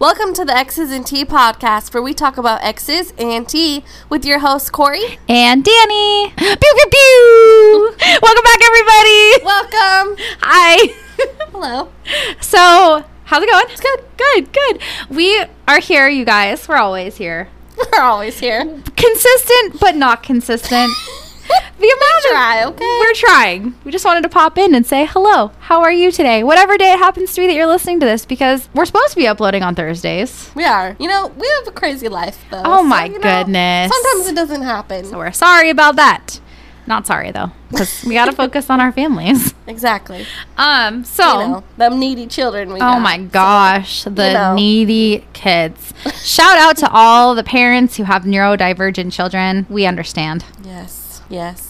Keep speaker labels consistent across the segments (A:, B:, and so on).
A: Welcome to the X's and T podcast, where we talk about X's and T with your host Corey.
B: and Danny. Pew pew pew. Welcome back, everybody.
A: Welcome.
B: Hi.
A: Hello.
B: so, how's it going? It's good. Good. Good. We are here, you guys. We're always here.
A: We're always here.
B: Consistent, but not consistent. the amount of-
A: try, okay?
B: We're trying. We just wanted to pop in and say hello. How are you today? Whatever day it happens to be that you're listening to this, because we're supposed to be uploading on Thursdays.
A: We are. You know, we have a crazy life though.
B: Oh, my
A: you know,
B: goodness.
A: Sometimes it doesn't happen.
B: So we're sorry about that. Not sorry though, because we got to focus on our families.
A: exactly.
B: Um. So.
A: You know, them needy children we
B: Oh my gosh, the
A: you know.
B: needy kids. Shout out to all the parents who have neurodivergent children. We understand.
A: Yes. Yes.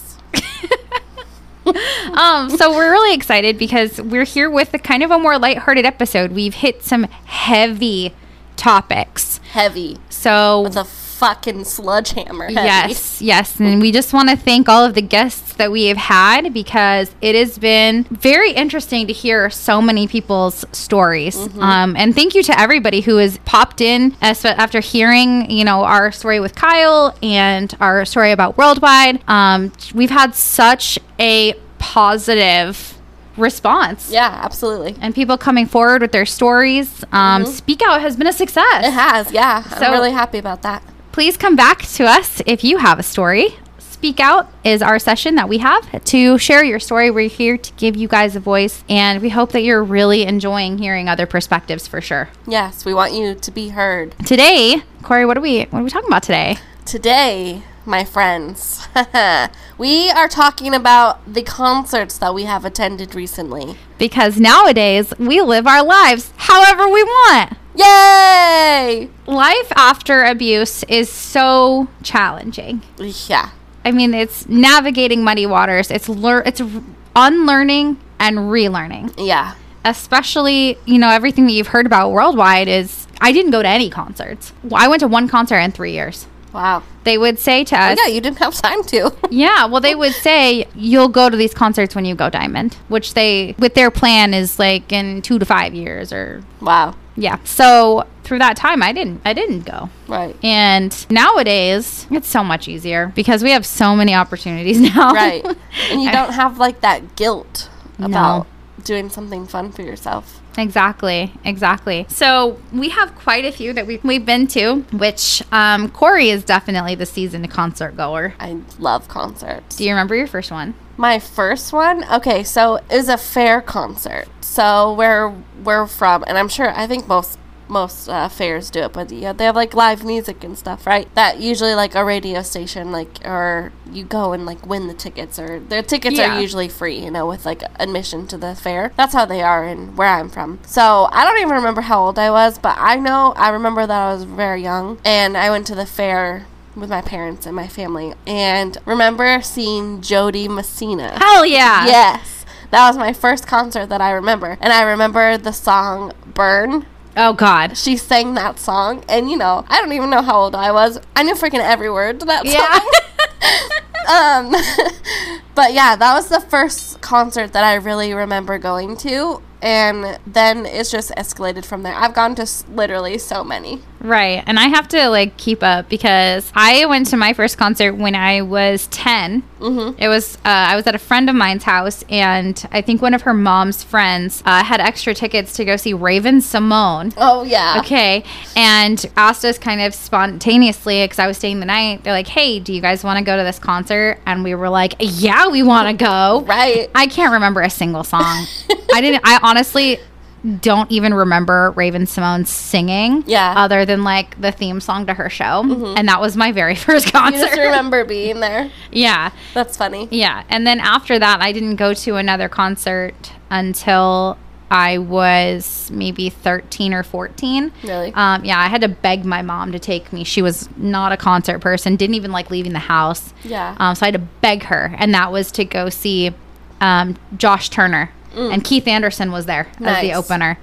B: Um, so we're really excited because we're here with a kind of a more lighthearted episode. We've hit some heavy topics.
A: Heavy.
B: So
A: With a fucking sledgehammer. Heavy.
B: Yes, yes. And we just want to thank all of the guests that we have had because it has been very interesting to hear so many people's stories. Um, and thank you to everybody who has popped in as, after hearing, you know, our story with Kyle and our story about Worldwide. Um, we've had such a positive response.
A: Yeah. Absolutely.
B: And people coming forward with their stories. Um, Speak Out has been a success
A: It has. Yeah. I'm
B: So-
A: really happy about that.
B: please come back to us if you have a story. Speak Out is our session that we have to share your story. We're here to give you guys a voice, and we hope that you're really enjoying hearing other perspectives for sure.
A: Yes. We want you to be heard.
B: Today, Corey, what are we what are we talking about today?
A: Today, my friends, we are talking about the concerts that we have attended recently.
B: Because nowadays we live our lives however we want.
A: Yay!
B: Life after abuse is so challenging.
A: Yeah.
B: I mean, it's navigating muddy waters. It's lear- it's r- unlearning and relearning.
A: Yeah.
B: especially you know everything that you've heard about worldwide is i didn't go to any concerts i went to one concert in three years
A: Wow.
B: they would say to us
A: Yeah, you didn't have time to.
B: yeah well they would say you'll go to these concerts when you go diamond which they with their plan is like in two to five years or
A: wow.
B: yeah so through that time i didn't i didn't go
A: Right.
B: and nowadays it's so much easier because we have so many opportunities now
A: Right. And you don't have like that guilt about doing something fun for yourself.
B: Exactly, exactly. So we have quite a few that we've, we've been to, which um, Corey is definitely the seasoned concert goer.
A: I love concerts.
B: Do you remember your first one?
A: My first one, okay, so it was a fair concert. So where we're from, and I'm sure I think most most uh, fairs do it, but yeah, they have like live music and stuff, right? That usually like a radio station, like or you go and like win the tickets, or their tickets
B: Yeah.
A: are usually free, you know, with like admission to the fair. That's how they are and where I'm from. So I don't even remember how old I was, but I know I remember that I was very young, and I went to the fair. With my parents and my family, and remember seeing Jody Messina.
B: Hell yeah!
A: Yes. That was my first concert that I remember. And I remember the song Burn.
B: Oh God.
A: She sang that song. And, you know, I don't even know how old I was. I knew freaking every word to that
B: Yeah.
A: song. um, but yeah, that was the first concert that I really remember going to. And then it's just escalated from there. I've gone to s- literally so many.
B: right. And I have to like keep up because I went to my first concert when I was 10. Mm-hmm. It was, uh, I was at a friend of mine's house and I think one of her mom's friends uh, had extra tickets to go see Raven Simone.
A: Oh, yeah.
B: Okay. And asked us kind of spontaneously because I was staying the night. They're like, hey, do you guys want to go to this concert? And we were like, yeah, we want to go.
A: Right.
B: I can't remember a single song. I didn't, I honestly don't even remember Raven Simone singing.
A: Yeah. Mm-hmm.
B: Other than like the theme song to her show. And that was my very first concert.
A: You just remember being there.
B: yeah.
A: That's funny.
B: Yeah. And then after that, I didn't go to another concert until I was maybe 13 or 14.
A: Really?
B: Um, yeah, I had to beg my mom to take me. She was not a concert person, didn't even like leaving the house.
A: Yeah.
B: Um, so I had to beg her, and that was to go see um, Josh Turner. And Keith Anderson was there as the
A: Mm. Nice.
B: opener.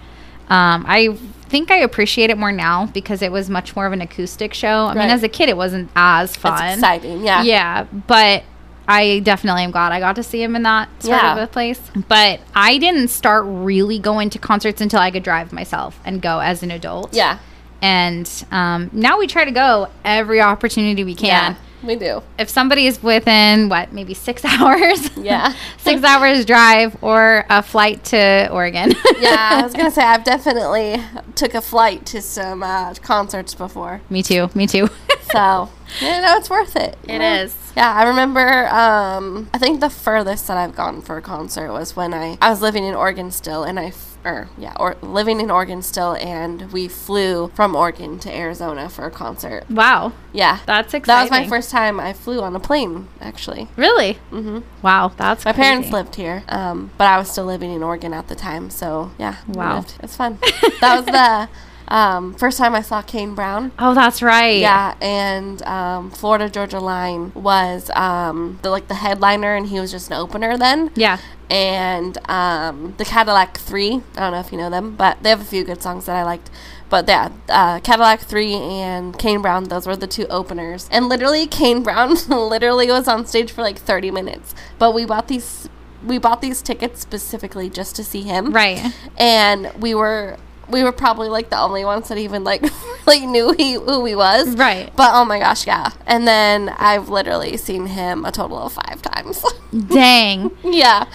B: Um, I think I appreciate it more now because it was much more of an acoustic show. I
A: Right.
B: mean, as a kid, it wasn't as fun.
A: It's exciting. Yeah.
B: Yeah, but I definitely am glad I got to see him in that sort
A: Yeah.
B: of a place. But I didn't start really going to concerts until I could drive myself and go as an adult.
A: Yeah.
B: And um, now we try to go every opportunity we can.
A: Yeah, we do.
B: If somebody is within what, maybe six hours?
A: Yeah.
B: six hours drive or a flight to Oregon.
A: Yeah, I was gonna say I've definitely took a flight to some uh, concerts before,
B: me too. Me too.
A: so you know it's worth it. you
B: It
A: know?
B: is.
A: Yeah, I remember. Um, I think the furthest that I've gone for a concert was when I I was living in Oregon still, and I f- or yeah, or living in Oregon still, and we flew from Oregon to Arizona for a concert.
B: Wow.
A: Yeah,
B: That's exciting.
A: that was my first time I flew on a plane actually.
B: Really? Mm-hmm. Wow. That's
A: My parents
B: crazy.
A: lived here, um, but I was still living in Oregon at the time. So yeah, we
B: Wow.
A: moved. it's fun. that was the um, first time I saw Kane Brown.
B: Oh, that's right.
A: Yeah, and um, Florida Georgia Line was um, the like the headliner, and he was just an opener then.
B: Yeah.
A: And um, the Cadillac Three, I don't know if you know them, but they have a few good songs that I liked. But yeah, uh, Cadillac Three and Kane Brown, those were the two openers. And literally, Kane Brown literally was on stage for like 30 minutes. But we bought these. We bought these tickets specifically just to see him
B: Right.
A: and we were we were probably like the only ones that even like like knew he who he was
B: Right.
A: but oh my gosh yeah and then i've literally seen him a total of five times
B: Dang.
A: yeah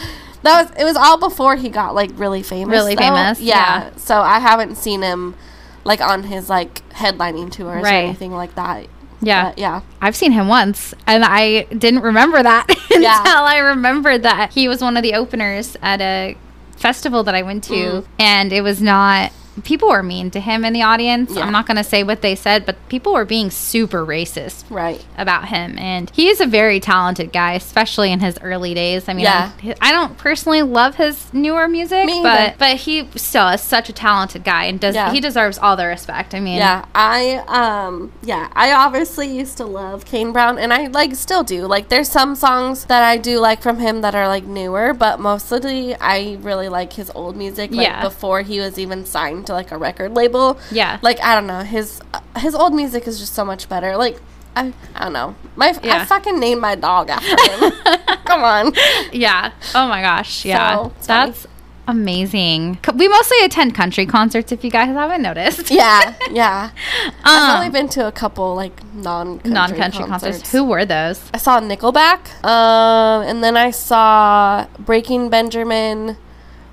A: that was it was all before he got like really famous
B: Really
A: though.
B: famous,
A: yeah.
B: yeah.
A: so i haven't seen him like on his like headlining tours or
B: Right.
A: anything like that
B: Yeah.
A: But, yeah
B: I've seen him once and I didn't remember that until
A: Yeah.
B: I remembered that he was one of the openers at a festival that I went to
A: Mm.
B: and it was not people were mean to him in the audience.
A: Yeah.
B: I'm not going to say what they said, but people were being super racist
A: right
B: about him and he is a very talented guy especially in his early days i mean
A: Yeah.
B: I, I don't personally love his newer music
A: Me either.
B: but but he still is such a talented guy and does
A: Yeah.
B: he deserves all the respect i mean
A: Yeah, I um yeah, I obviously used to love Kane Brown and I like still do. Like there's some songs that I do like from him that are like newer, but mostly I really like his old music like
B: Yeah.
A: before he was even signed to like a record label.
B: Yeah.
A: Like I don't know, his uh, his old music is just so much better. Like I, I don't know. My I
B: Yeah.
A: fucking named my dog after him. Come on.
B: yeah oh my gosh yeah
A: So, it's funny.
B: that's amazing Co- we mostly attend country concerts if you guys haven't noticed
A: Yeah, yeah. I've only
B: um,
A: been to a couple like non-country,
B: non-country concerts. who were those
A: I saw Nickelback, um, and then I saw Breaking Benjamin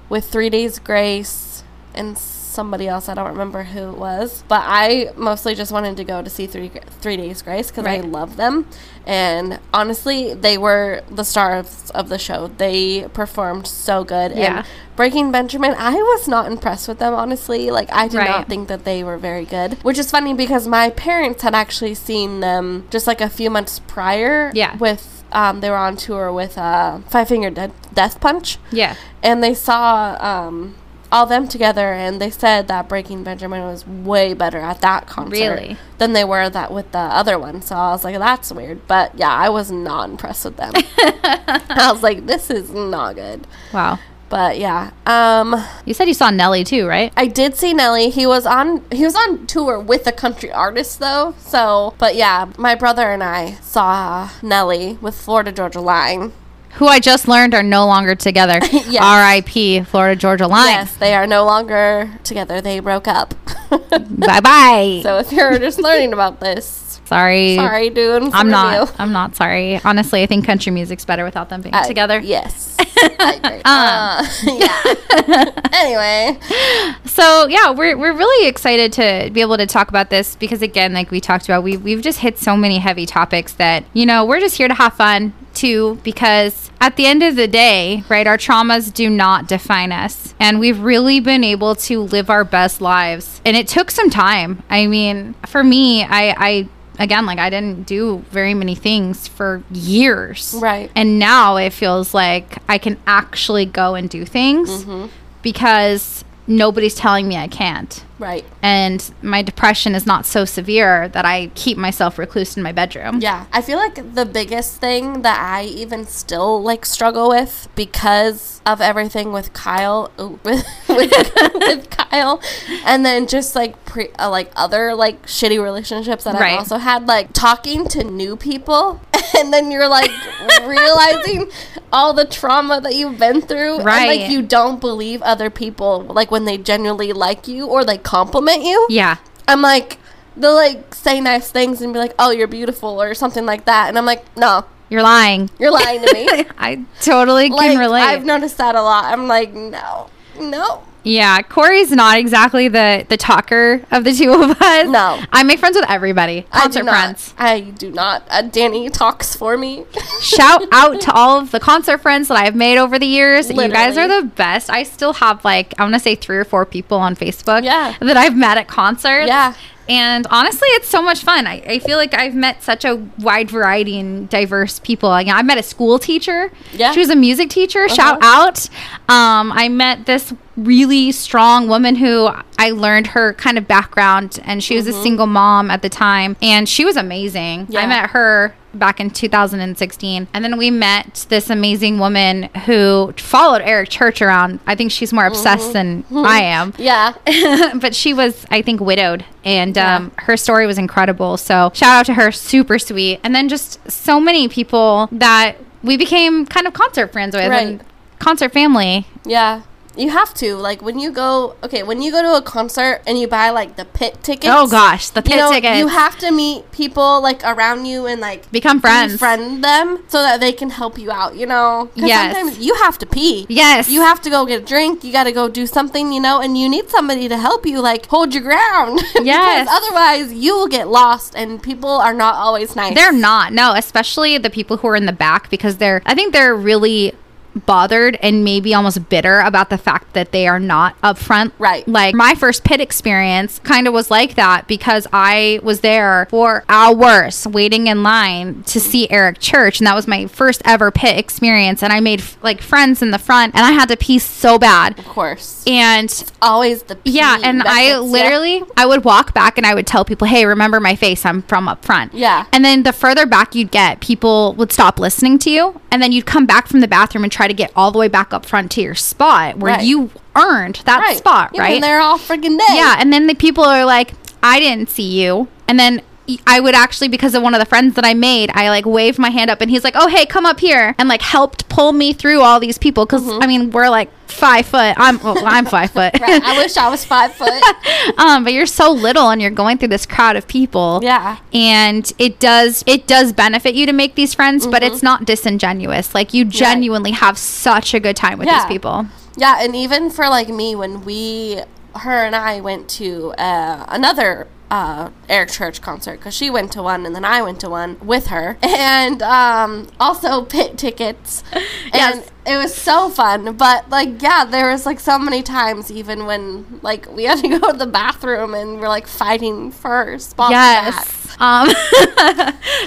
A: with Three Days Grace and somebody else. I don't remember who it was, but I mostly just wanted to go to see Three Three Days Grace because I
B: Right.
A: love them, and honestly, they were the stars of the show. They performed so good.
B: Yeah.
A: And Breaking Benjamin, I was not impressed with them honestly. Like I did not
B: Right.
A: think think that they were very good, which is funny because my parents had actually seen them just like a few months prior.
B: Yeah.
A: With um, they were on tour with uh, Five Finger Dead Death Punch,
B: yeah
A: and they saw um, all them together, and they said that Breaking Benjamin was way better at that concert
B: Really?
A: than they were that with the other one. So I was like, that's weird, but yeah, I was not impressed with them. I was like, this is not good.
B: wow
A: But yeah, um,
B: you said you saw nelly too right
A: I did see Nelly. He was on he was on tour with a country artist though. So, but yeah, my brother and I saw Nelly with Florida Georgia Line.
B: who I just learned are no longer together.
A: Yes.
B: R.I.P. Florida Georgia Line.
A: Yes, they are no longer together. They broke up.
B: Bye bye.
A: so if you're just learning about this,
B: sorry.
A: sorry, dude. in front
B: I'm
A: of
B: not.
A: you. Uh,
B: I'm not sorry. Honestly, I think country music's better without them being
A: I-
B: together.
A: yes. I agree. Uh, yeah.
B: Uh.
A: anyway,
B: So yeah, we're we're really excited to be able to talk about this because again, like we talked about, we we've just hit so many heavy topics that you know we're just here to have fun too. Because at the end of the day, right, our traumas do not define us, and we've really been able to live our best lives. And it took some time. I mean, for me, I I again like I didn't do very many things for years,
A: Right.
B: and now it feels like I can actually go and do things
A: Mm-hmm.
B: because nobody's telling me I can't.
A: right.
B: And my depression is not so severe that I keep myself recluse in my bedroom.
A: Yeah, I feel like the biggest thing that I even still like struggle with because of everything with Kyle, ooh, with, with, with Kyle, and then just like pre, uh, like other like shitty relationships that
B: Right.
A: I've also had, like talking to new people, and then you're like realizing all the trauma that you've been through, And,
B: Right.
A: like you don't believe other people, like when they genuinely like you or they compliment you.
B: Yeah.
A: I'm like, they'll like say nice things and be like, oh, you're beautiful or something like that. And I'm like, no,
B: You're lying.
A: you're lying to me.
B: I totally
A: like,
B: can relate.
A: I've noticed that a lot. I'm like, no, no.
B: yeah, Corey's not exactly the the talker of the two of us.
A: No.
B: I make friends with everybody.
A: I do
B: Concert
A: not.
B: friends.
A: I do not. Uh, Danny talks for me.
B: Shout out to all of the concert friends that I've made over the years. You guys are
A: Literally.
B: the best. I still have like I want to say three or four people on Facebook
A: Yeah.
B: that I've met at concerts.
A: Yeah.
B: And honestly, it's so much fun. I, I feel like I've met such a wide variety and diverse people. Like, I met a school teacher.
A: Yeah. Uh-huh.
B: She was a music teacher. Shout out. Um, I met this really strong woman who I learned her kind of background, and she was a single mom at the time. And she was amazing.
A: Mm-hmm. Yeah.
B: I met her back in 2016. And then we met this amazing woman who followed Eric Church around. I think she's more obsessed than
A: Mm-hmm.
B: I am.
A: yeah.
B: but she was, I think, widowed, and um, her story was incredible. So shout out to her, super sweet. And then just so many people that we became kind of concert friends with,
A: Right.
B: and concert family.
A: Yeah. You have to. Like when you go okay, when you go to a concert and you buy like the pit tickets.
B: oh gosh, the pit
A: You know,
B: tickets.
A: you have to meet people like around you and like
B: Become friends.
A: befriend them so that they can help you out. You know, 'Cause
B: Yes.
A: sometimes you have to pee.
B: Yes.
A: you have to go get a drink. You got to go do something. You know, and you need somebody to help you. Like hold your ground.
B: Yes.
A: because otherwise you will get lost, and people are not always nice.
B: They're not. No, especially the people who are in the back because they're I think they're really bothered and maybe almost bitter about the fact that they are not up front.
A: Right.
B: Like my first pit experience kind of was like that because I was there for hours waiting in line to see Eric Church and that was my first ever pit experience and I made f- like friends in the front and I had to pee so bad.
A: of course
B: And
A: always the pee
B: yeah, and
A: that
B: I
A: gets ya.
B: literally I would walk back and I would tell people, "Hey, remember my face? I'm from up front."
A: Yeah.
B: And then the further back you'd get, people would stop listening to you, and then you'd come back from the bathroom and try to get all the way back up front to your spot where
A: Right.
B: you earned that
A: right.
B: spot,
A: You've been
B: right?
A: there all freaking day.
B: Yeah, and then the people are like, "I didn't see you," and then. I would actually because of one of the friends that I made, I like waved my hand up and he's like, "Oh, hey, come up here." And like helped pull me through all these people cuz I mean, we're like 5 foot. I'm well, I'm 5 foot.
A: Mm-hmm. Right. I wish I was five foot.
B: um, but you're so little and you're going through this crowd of people.
A: Yeah.
B: And it does it does benefit you to make these friends, but
A: Mm-hmm.
B: it's not disingenuous. Like you genuinely have such a good time with
A: Yeah.
B: these people.
A: Yeah, and even for like me, when we, her and I went to uh, another uh, Eric Church concert because she went to one and then I went to one with her, and um, also pit tickets. And it was so fun, but like, yeah, there was like so many times even when like we had to go to the bathroom and we're like fighting for spots. back.
B: Yes. Um,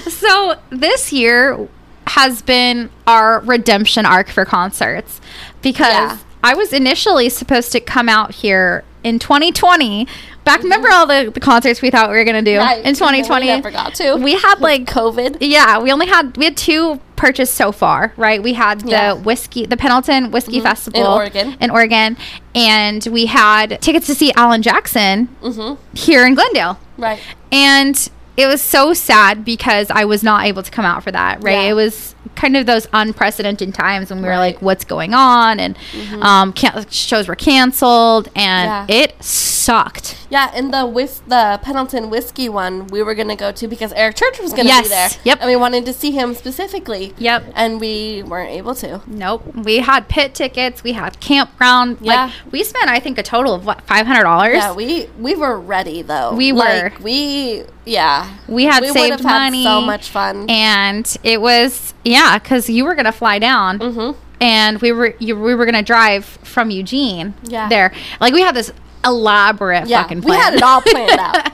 B: so this year has been our redemption arc for concerts because
A: Yeah.
B: I was initially supposed to come out here in 2020. Back, remember
A: Mm-hmm.
B: all the, the concerts we thought we were going to do
A: Right,
B: in
A: and then we
B: 2020?
A: never got to.
B: We had like
A: COVID.
B: Yeah, we only had we had two purchased so far, right? We had the
A: Yeah. Mm-hmm.
B: whiskey, the Pendleton Whiskey Festival
A: In Oregon.
B: in Oregon, and we had tickets to see Alan Jackson
A: Mm-hmm.
B: here in Glendale,
A: Right.
B: and it was so sad because I was not able to come out for that, right?
A: Yeah.
B: It was kind of those unprecedented times when we were
A: Right. Mm-hmm.
B: like, "What's going on?" and um, can- shows were canceled, and
A: Yeah.
B: it sucked.
A: Yeah, and the with the Pendleton whiskey one we were gonna go to because Eric Church was gonna
B: Yes,
A: be there.
B: yep.
A: And we wanted to see him specifically.
B: Yep.
A: And we weren't able to.
B: Nope. We had pit tickets. We had campground.
A: Yeah.
B: Like we spent, I think, a total of what five hundred dollars.
A: Yeah, we we were ready though.
B: We
A: Like,
B: were.
A: we yeah.
B: We had
A: would've
B: saved money.
A: so much fun.
B: and it was yeah, because you were gonna fly down,
A: Mm-hmm.
B: and we were you, we were gonna drive from Eugene.
A: Yeah.
B: There, like we had this elaborate
A: yeah,
B: fucking.
A: we
B: plan.
A: had it all planned out.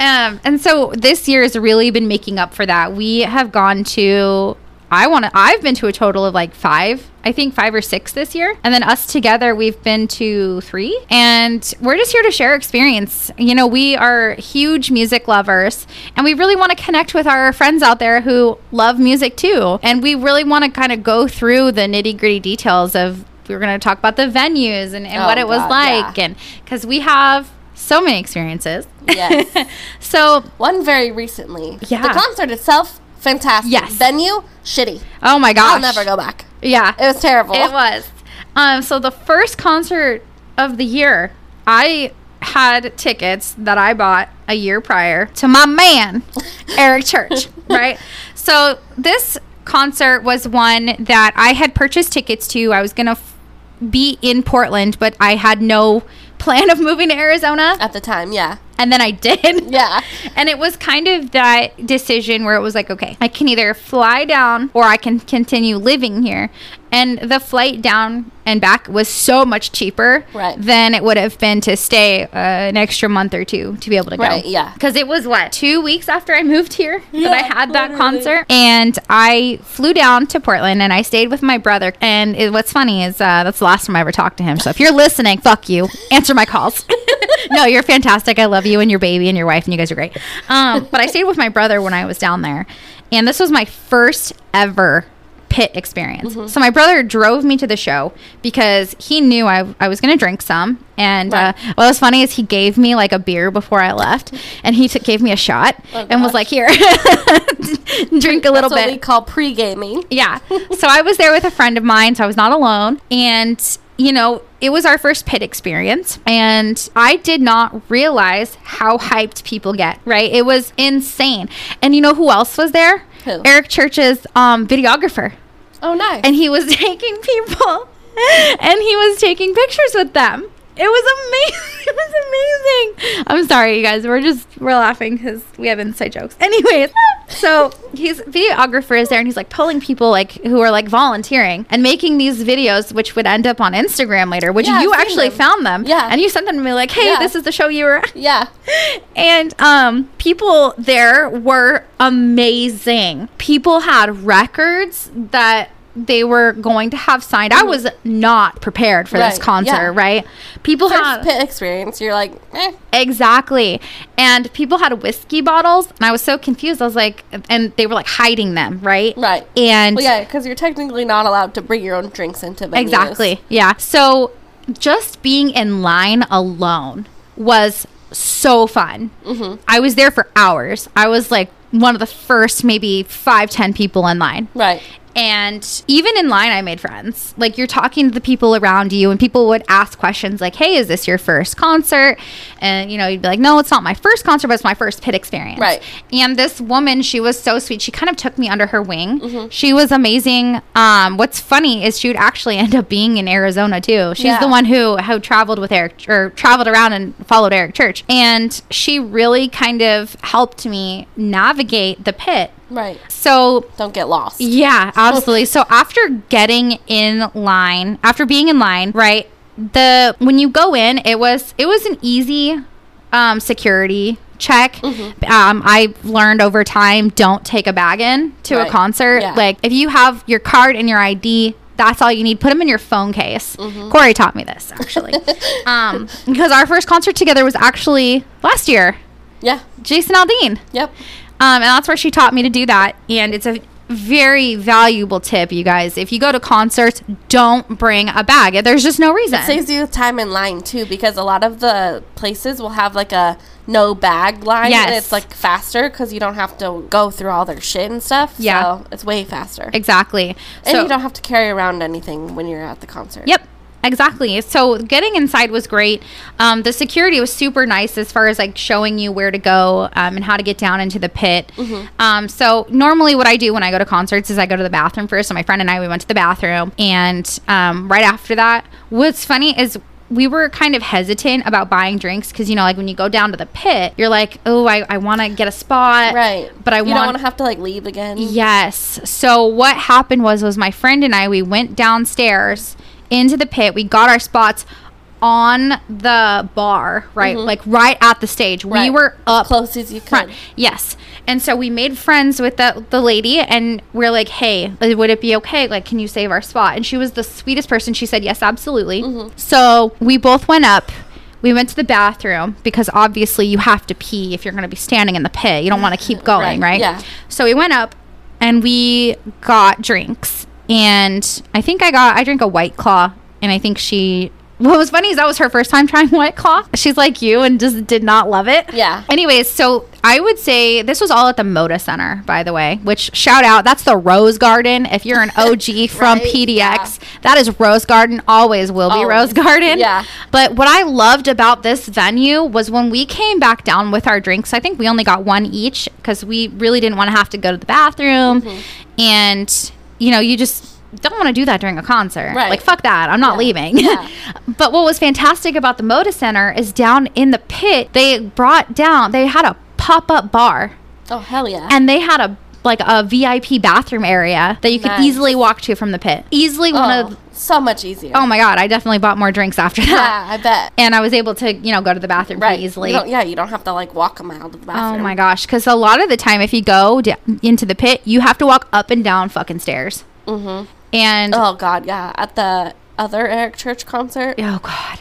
B: um, and so this year has really been making up for that. We have gone to I want to I've been to a total of like 5. I think 5 or 6 this year. And then us together we've been to 3. And we're just here to share experience. You know, we are huge music lovers and we really want to connect with our friends out there who love music too. And we really want to kind of go through the nitty-gritty details of we were going to talk about the venues and, and
A: Oh,
B: what it was
A: God,
B: like
A: yeah.
B: and because we have so many experiences
A: Yes.
B: so,
A: One very recently.
B: Yeah.
A: The concert itself, fantastic.
B: Yes.
A: Venue, shitty.
B: oh my gosh.
A: I'll never go back.
B: Yeah.
A: It was terrible.
B: It was. Um, so the first concert of the year, I had tickets that I bought a year prior to my man, Eric Church, right? So this concert was one that I had purchased tickets to. I was going to f- be in Portland, but I had no plan of moving to Arizona.
A: at the time. Yeah,
B: And then I did.
A: yeah,
B: And it was kind of that decision where it was like, okay, I can either fly down or I can continue living here. And the flight down and back was so much cheaper
A: Right.
B: than it would have been to stay uh, an extra month or two to be able to go.
A: Right, yeah.
B: Because it was what, two weeks after I moved here
A: Yeah,
B: that I had that
A: literally.
B: concert. And I flew down to Portland and I stayed with my brother. And it, what's funny is uh, that's the last time I ever talked to him. So if you're listening, fuck you. Answer my calls. no, you're fantastic. I love you and your baby and your wife, and you guys are great. Um, but I stayed with my brother when I was down there, and this was my first ever pit experience.
A: Mm-hmm.
B: So my brother drove me to the show because he knew I, I was going to drink some. And
A: Right.
B: uh, what was funny is he gave me like a beer before I left, and he took gave me a shot and
A: Oh,
B: was
A: gosh.
B: like, "Here, drink a little
A: that's what we
B: bit."
A: call pre gaming.
B: Yeah. so I was there with a friend of mine, so I was not alone. And, you know, it was our first pit experience. And I did not realize how hyped people get, right? It was insane. And you know who else was there?
A: Who?
B: Eric Church's um, videographer
A: Oh, nice.
B: and he was taking people and he was taking pictures with them it was amazing it was amazing i'm sorry you guys we're just we're laughing because we have inside jokes anyways so his videographer is there and he's like pulling people like who are like volunteering and making these videos which would end up on instagram later which
A: Yeah,
B: you
A: I've seen
B: actually
A: them.
B: found them
A: Yeah.
B: and you sent them to me like hey
A: Yeah.
B: this is the show you were at
A: yeah,
B: and um, people there were amazing. People had records that they were going to have signed. I was not prepared for this
A: Right,
B: concert,
A: yeah.
B: right? People had
A: first pit experience. You're like, eh.
B: Exactly. And people had whiskey bottles, and I was so confused. I was like, and they were like hiding them, right?
A: Right.
B: And
A: well, yeah, because you're technically not allowed to bring your own drinks into venues.
B: Exactly. Yeah. So just being in line alone was so fun. I was there for hours. I was like one of the first, maybe five, ten people in line.
A: Right.
B: And even in line, I made friends. Like you're talking to the people around you, and people would ask questions like, "Hey, is this your first concert?" And you know, you'd be like, "No, it's not my first concert, but it's my first pit experience."
A: Right.
B: And this woman, she was so sweet. She kind of took me under her wing.
A: Mm-hmm.
B: She was amazing. Um, what's funny is she would actually end up being in Arizona too. She's
A: Yeah.
B: the one who who traveled with Eric or traveled around and followed Eric Church, and she really kind of helped me navigate the pit.
A: Right.
B: So
A: Don't get lost.
B: yeah, absolutely. so after getting in line, after being in line, right? The when you go in, it was it was an easy um, security check.
A: Mm-hmm.
B: Um, I learned over time, don't take a bag in to
A: Right.
B: a concert.
A: Yeah.
B: Like if you have your card and your ID. That's all you need. Put them in your phone case.
A: Mm-hmm.
B: Corey taught me this actually, um, because our first concert together was actually last year.
A: Yeah.
B: Jason Aldean.
A: Yep.
B: Um, and that's where she taught me to do that. And it's a very valuable tip, you guys. If you go to concerts, don't bring a bag. There's just no reason.
A: Saves you time in line too, because a lot of the places will have like a no bag line, and
B: Yes.
A: it's like faster because you don't have to go through all their shit and stuff.
B: Yeah.
A: so it's way faster,
B: exactly.
A: and
B: so,
A: you don't have to carry around anything when you're at the concert.
B: Yep. Exactly. So getting inside was great. Um, the security was super nice as far as like showing you where to go um, and how to get down into the pit.
A: Mm-hmm.
B: Um, so normally, what I do when I go to concerts is I go to the bathroom first. So my friend and I we went to the bathroom, and um, right after that, what's funny is we were kind of hesitant about buying drinks because you know, like when you go down to the pit, you're like, oh, I, I want to get a spot,
A: Right.
B: But I
A: you don't
B: want
A: want to have to like leave again.
B: Yes. So what happened was was my friend and I we went downstairs into the pit. We got our spots on the bar, right? Like right at the stage. We
A: Mm-hmm. Right.
B: were up
A: As close as you could.
B: front. Yes. And so we made friends with the, the lady and we're like, hey, uh, would it be okay? Like, can you save our spot? And she was the sweetest person. She said, yes, absolutely.
A: Mm-hmm.
B: So we both went up. We went to the bathroom because obviously you have to pee if you're going to be standing in the pit. You don't want to keep going,
A: Right,
B: right?
A: yeah.
B: So we went up and we got drinks. And I think I got, I drank a white claw and I think she what was funny is that was her first time trying White Claw. She's like you and just did not love it.
A: Yeah.
B: Anyways, so I would say this was all at the Moda Center, by the way, which shout out, that's the Rose Garden. If you're an OG from
A: Right,
B: PDX,
A: yeah.
B: that is Rose Garden, always will be
A: Always.
B: Rose Garden.
A: Yeah.
B: But what I loved about this venue was when we came back down with our drinks, I think we only got one each because we really didn't want to have to go to the bathroom.
A: Mm-hmm.
B: And, you know, you just don't want to do that during a concert.
A: Right.
B: Like, fuck that. I'm not leaving.
A: Yeah.
B: but what was fantastic about the Moda Center is down in the pit, they brought down, they had a pop up bar
A: Oh hell yeah.
B: and they had a like a VIP bathroom area that you could
A: Nice.
B: easily walk to from the pit. Easily
A: oh,
B: one of
A: so much easier.
B: Oh my god, I definitely bought more drinks after that
A: yeah, I bet.
B: and I was able to, you know, go to the bathroom
A: Right.
B: pretty easily.
A: You don't- yeah, you don't have to like walk a mile to the
B: Oh
A: bathroom.
B: my gosh, because a lot of the time, if you go d- into the pit, you have to walk up and down fucking stairs.
A: Mm-hmm.
B: And oh,
A: Oh god, yeah. At the other Eric Church concert,
B: oh god,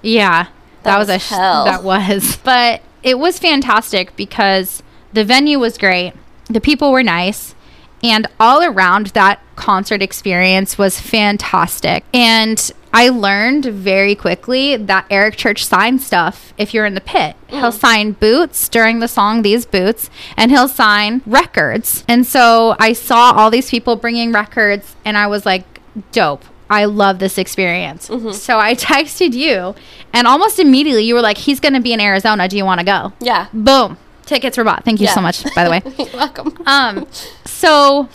B: yeah, that,
A: That
B: was, a
A: was
B: sh-
A: hell.
B: that was, but it was fantastic because the venue was great, the people were nice, and all around that concert experience was fantastic. And I learned very quickly that Eric Church signs stuff if you're in the pit. He'll
A: Mm.
B: sign boots during the song These Boots and he'll sign records. And so I saw all these people bringing records and I was like, dope. I love this experience.
A: Mm-hmm.
B: So I texted you and almost immediately you were like, he's going to be in Arizona. Do you want to go?
A: yeah.
B: Boom. Tickets were bought. Thank you
A: Yeah.
B: so much, by the way.
A: You're welcome.
B: Um, so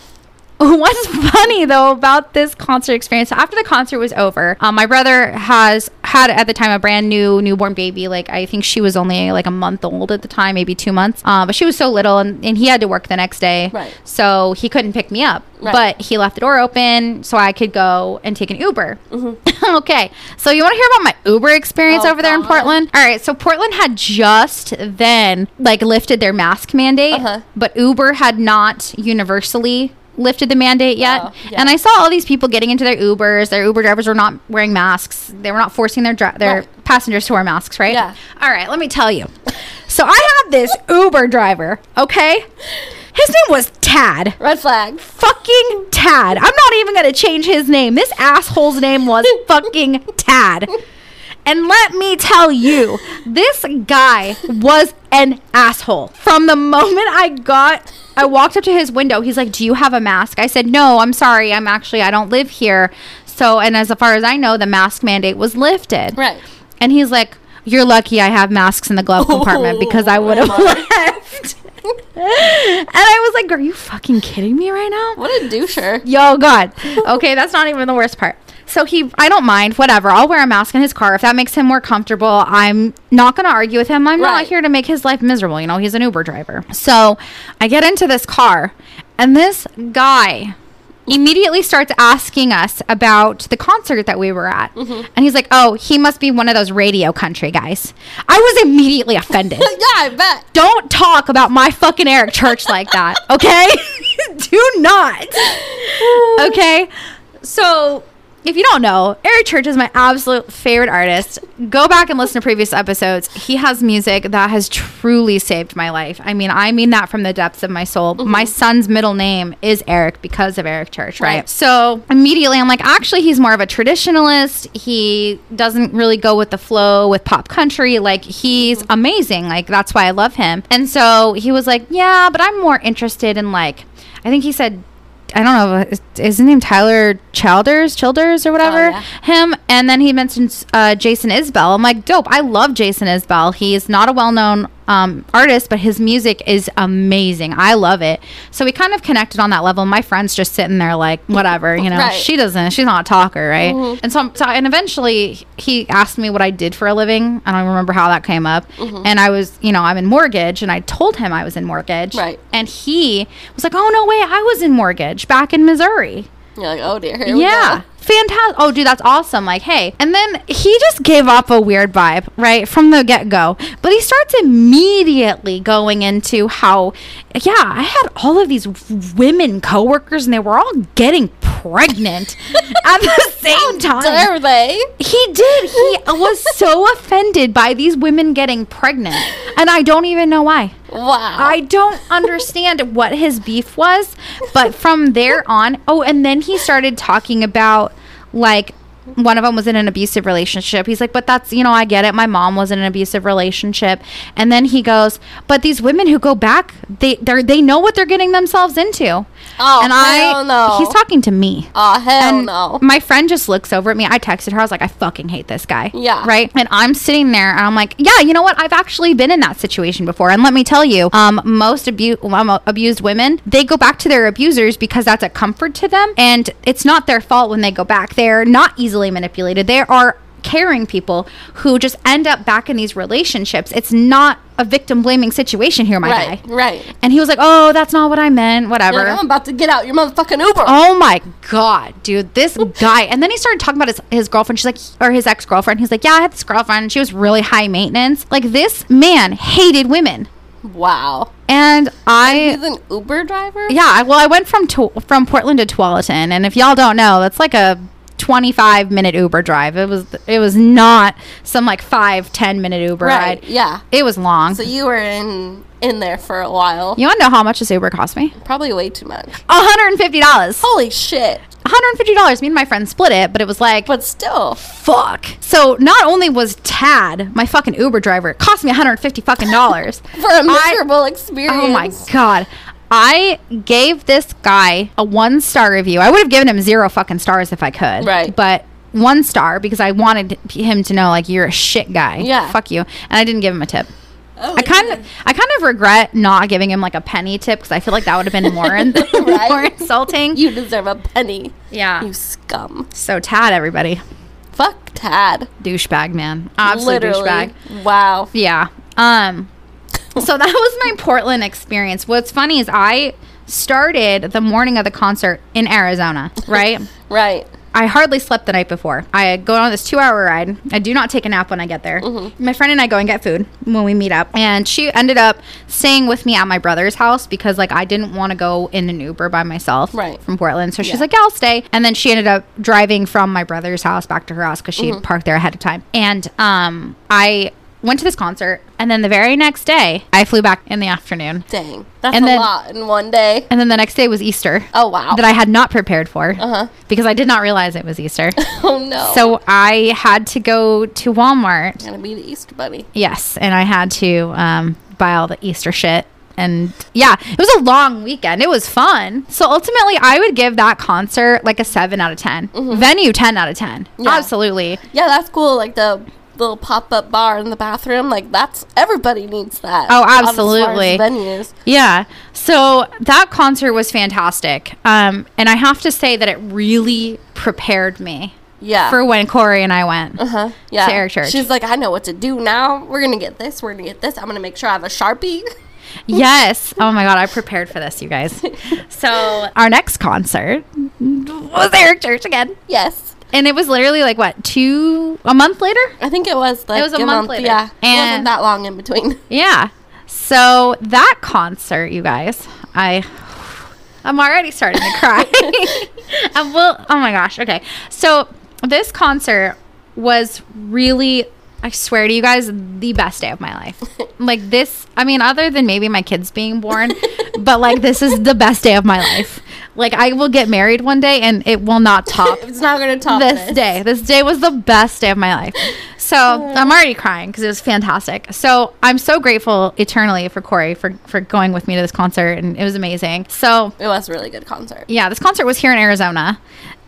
B: what's funny though about this concert experience after the concert was over um, my brother has had at the time a brand new newborn baby like i think she was only like a month old at the time maybe two months uh, but she was so little and, and he had to work the next day
A: Right.
B: so he couldn't pick me up
A: Right.
B: but he left the door open so i could go and take an uber okay so you want to hear about my uber experience
A: Mm-hmm. Oh,
B: over there in
A: God.
B: portland all right so portland had just then like lifted their mask mandate
A: Uh-huh.
B: but Uber had not universally lifted the mandate yet.
A: Oh, yeah.
B: And I saw all these people getting into their Ubers. Their Uber drivers were not wearing masks. They were not forcing their dri- their
A: Right.
B: passengers to wear masks, right?
A: Yeah.
B: All right, let me tell you. So I have this Uber driver, okay? His name was Tad.
A: Red flag.
B: Fucking Tad. I'm not even going to change his name. This asshole's name was fucking Tad. And let me tell you, this guy was an asshole. From the moment I got, I walked up to his window. He's like, Do you have a mask? I said, No, I'm sorry. I'm actually, I don't live here. So, and as far as I know, the mask mandate was lifted.
A: Right.
B: And he's like, You're lucky I have masks in the glove compartment because I would have
A: Oh my.
B: left. and I was like, Are you fucking kidding me right now?
A: What a doucher.
B: Yo, God. Okay, that's not even the worst part. So he, I don't mind, whatever. I'll wear a mask in his car if that makes him more comfortable. I'm not going to argue with him. I'm not
A: Right.
B: here to make his life miserable. You know, he's an Uber driver. So I get into this car, and this guy immediately starts asking us about the concert that we were at. And he's like, oh, he must be one of those radio country guys. I was immediately offended
A: Yeah, I bet.
B: don't talk about my fucking Eric Church like that, okay? Do not. Okay? So, if you don't know, Eric Church is my absolute favorite artist. Go back and listen to previous episodes. He has music that has truly saved my life. I mean, I mean that from the depths of my soul. My son's middle name is Eric because of Eric Church, right?
A: Right.
B: So, immediately I'm like, actually, he's more of a traditionalist. He doesn't really go with the flow with pop country. Like, he's
A: Mm-hmm.
B: amazing. Like, that's why I love him. And so he was like, yeah, but I'm more interested in, like, I think he said, I don't know, is, is his name Tyler Childers, Childers or whatever?
A: Oh, yeah.
B: Him. And then he mentions uh, Jason Isbell. I'm like, dope. I love Jason Isbell. He is not a well known um, artist, but his music is amazing. I love it. So we kind of connected on that level. My friend's just sitting there, like, whatever, you know,
A: Right. Mm-hmm.
B: she doesn't, she's not a talker, right? And so, I'm- so, and eventually he asked me what I did for a living. I don't remember how that came up.
A: Mm-hmm.
B: And I was, you know, I'm in mortgage and I told him I was in mortgage.
A: Right.
B: And he was like, oh, no way, I was in mortgage back in Missouri.
A: You're like, oh dear. Here
B: Yeah.
A: We go.
B: Fantastic. Oh, dude, that's awesome. Like, hey. And then he just gave off a weird vibe, right, from the get go. But he starts immediately going into how, yeah, I had all of these women coworkers and they were all getting pregnant at the same time.
A: Dare they?
B: He did. He was so offended by these women getting pregnant. And I don't even know why.
A: Wow.
B: I don't understand what his beef was, but from there on, oh, and then he started talking about like one of them was in an abusive relationship. He's like, but that's, you know, I get it. My mom was in an abusive relationship. And then he goes, but these women who go back, they they they know what they're getting themselves into.
A: Oh,
B: and I
A: hell no.
B: he's talking to me.
A: Oh hell
B: And
A: no.
B: my friend just looks over at me. I texted her. I was like, I fucking hate this guy.
A: Yeah.
B: Right. And I'm sitting there and I'm like, yeah, you know what? I've actually been in that situation before. And let me tell you, um, most abu- um, abused women, they go back to their abusers because that's a comfort to them. And it's not their fault when they go back. They're not easily manipulated. They are caring people who just end up back in these relationships. It's not a victim blaming situation here, my
A: right, Uh-huh.
B: guy.
A: right.
B: And he was like, oh, that's not what I meant.
A: You're
B: Whatever.
A: like, I'm about to get out your motherfucking Uber.
B: Oh my god, dude, this guy. And then he started talking about his, his girlfriend. She's like, or his ex girlfriend. He's like, yeah, I had this girlfriend. She was really high maintenance. Like this man hated women,
A: Wow.
B: and
A: He's
B: I.
A: an Uber driver.
B: Yeah, I- well, I went from to, from Portland to Tualatin, and if y'all don't know, that's like a 25 minute Uber drive. It was it was not some like five 10 minute Uber
A: Right.
B: ride.
A: Yeah.
B: It was long.
A: So you were in in there for a while.
B: you want to know how much this Uber cost me?
A: Probably way too much.
B: $150.
A: Holy shit.
B: $150. Me and my friend split it, but it was like
A: But still.
B: fuck. So not only was Tad my fucking Uber driver, it cost me 150 fucking dollars.
A: For a
B: I-
A: miserable experience.
B: oh my god. I gave this guy a one star review. I would have given him zero fucking stars if I could.
A: Right.
B: But one star because I wanted him to know like you're a shit guy.
A: Yeah.
B: Fuck you. And I didn't give him a tip.
A: Oh,
B: I kind of, I kind of regret not giving him like a penny tip because I feel like that would have been more, in-
A: Right.
B: more insulting.
A: You deserve a penny.
B: yeah.
A: You scum.
B: so Tad, everybody,
A: Fuck Tad.
B: douchebag man, absolute
A: Literally.
B: douchebag.
A: Wow.
B: Yeah. Um so that was my Portland experience. What's funny is I started the morning of the concert in Arizona, right?
A: Right.
B: I hardly slept the night before. I go on this two hour ride. I do not take a nap when I get there.
A: Mm-hmm.
B: My friend and I go and get food when we meet up. And she ended up staying with me at my brother's house because, like, I didn't want to go in an Uber by myself
A: Right.
B: from Portland. So she's
A: Yeah.
B: like, yeah, I'll stay. And then she ended up driving from my brother's house back to her house because she
A: Mm-hmm.
B: had parked there ahead of time. And um, I went to this concert. And then the very next day, I flew back in the afternoon.
A: Dang. That's
B: And
A: a
B: then-
A: lot in one day.
B: And then the next day was Easter.
A: Oh, wow. Uh-huh.
B: That I had not prepared for because I did not realize it was Easter.
A: Oh no.
B: So I had to go to Walmart.
A: gonna be the Easter Bunny.
B: Yes, and I had to um, buy all the Easter shit. And yeah, it was a long weekend. It was fun. So ultimately, I would give that concert like a seven out of 10 Venue ten out of ten.
A: Mm-hmm. Yeah.
B: Absolutely.
A: Yeah, that's cool. Like the little pop up bar in the bathroom. Like that's everybody needs that.
B: Oh,
A: on as far as
B: absolutely.
A: Venues.
B: Yeah. So that concert was fantastic. Um, and I have to say that it really prepared me
A: Yeah.
B: for when Corey and I went.
A: Huh? Yeah.
B: to Eric Church.
A: She's like, I know what to do now. We're gonna get this. We're gonna get this. I'm gonna make sure I have a sharpie.
B: Yes. Oh my God, I prepared for this, you guys. So our next concert was Eric Church again,
A: yes.
B: and it was literally like what two a month later?
A: I think it was like
B: It was a month later.
A: Yeah. it wasn't
B: And-
A: that long in between.
B: Yeah. So that concert, you guys, I I'm already starting to cry. I will. Oh my gosh. Okay. So this concert was really. I swear to you guys, the best day of my life. Like this, I mean, other than maybe my kids being born, but like this is the best day of my life. Like I will get married one day and it will not top
A: It's not gonna top
B: this day. This day was the best day of my life. So I'm already crying because it was fantastic. So I'm so grateful eternally for Corey for, for going with me to this concert and it was amazing. So
A: It was a really good concert.
B: yeah, this concert was here in Arizona.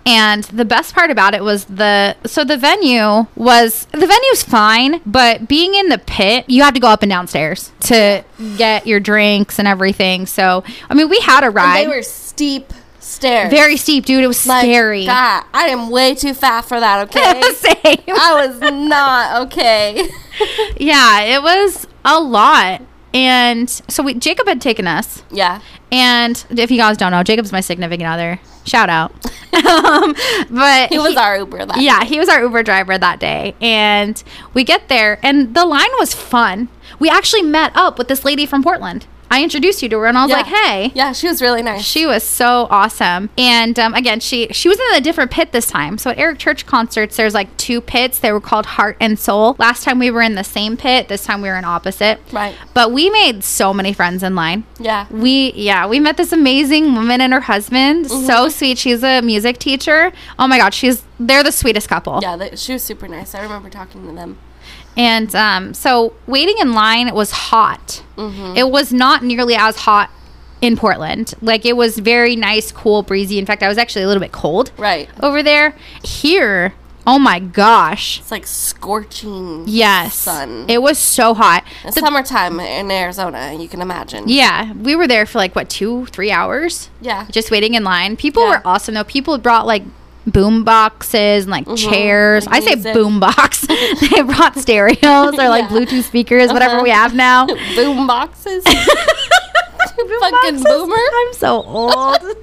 B: And the best part about it was the so the venue was the venue's fine, but being in the pit, you have to go up and downstairs to get your drinks and everything. So I mean, we had a
A: And they
B: ride,
A: were steep stairs.
B: very steep, dude. It was
A: Like,
B: scary.
A: God, eh? I am way too fat for that. Okay.
B: Same.
A: I was not okay.
B: Yeah, it was a lot. And so we, Jacob had taken us.
A: yeah.
B: And if you guys don't know, Jacob's my significant other. Shout out. um, but
A: He was our Uber that
B: yeah, he was our Uber driver that day. And we get there, and the line was fun. We actually met up with this lady from Portland. I introduced you to her, and I was
A: Yeah.
B: like, hey.
A: Yeah, she was really nice.
B: She was so awesome. And um, again, she she was in a different pit this time. So at Eric Church concerts, there's like two pits. They were called Heart and Soul. Last time we were in the same pit. This time we were in opposite.
A: Right.
B: But we made so many friends in line.
A: yeah.
B: We yeah, we met this amazing woman and her husband. So sweet. She's a music teacher. Oh my god, she's they're the sweetest couple.
A: Yeah, they, she was super nice. I remember talking to them.
B: And um, so waiting in line was hot.
A: Mm-hmm.
B: It was not nearly as hot in Portland. Like it was very nice, cool, breezy. In fact, I was actually a little bit cold
A: Right.
B: over there. Here, oh my gosh.
A: It's like scorching.
B: Yes.
A: Sun.
B: It was so hot.
A: It's
B: The-
A: summertime in Arizona, you can imagine.
B: yeah, we were there for like what, two, three hours?
A: Yeah.
B: Just waiting in line. People
A: Yeah.
B: were awesome though. People brought like boom boxes and like chairs.
A: like
B: I say
A: Mm-hmm. music.
B: boom box. they brought stereos or like
A: Yeah. Uh-huh.
B: Bluetooth speakers, whatever we have now.
A: boom boxes. Fucking
B: boxes?
A: boomer.
B: I'm so old.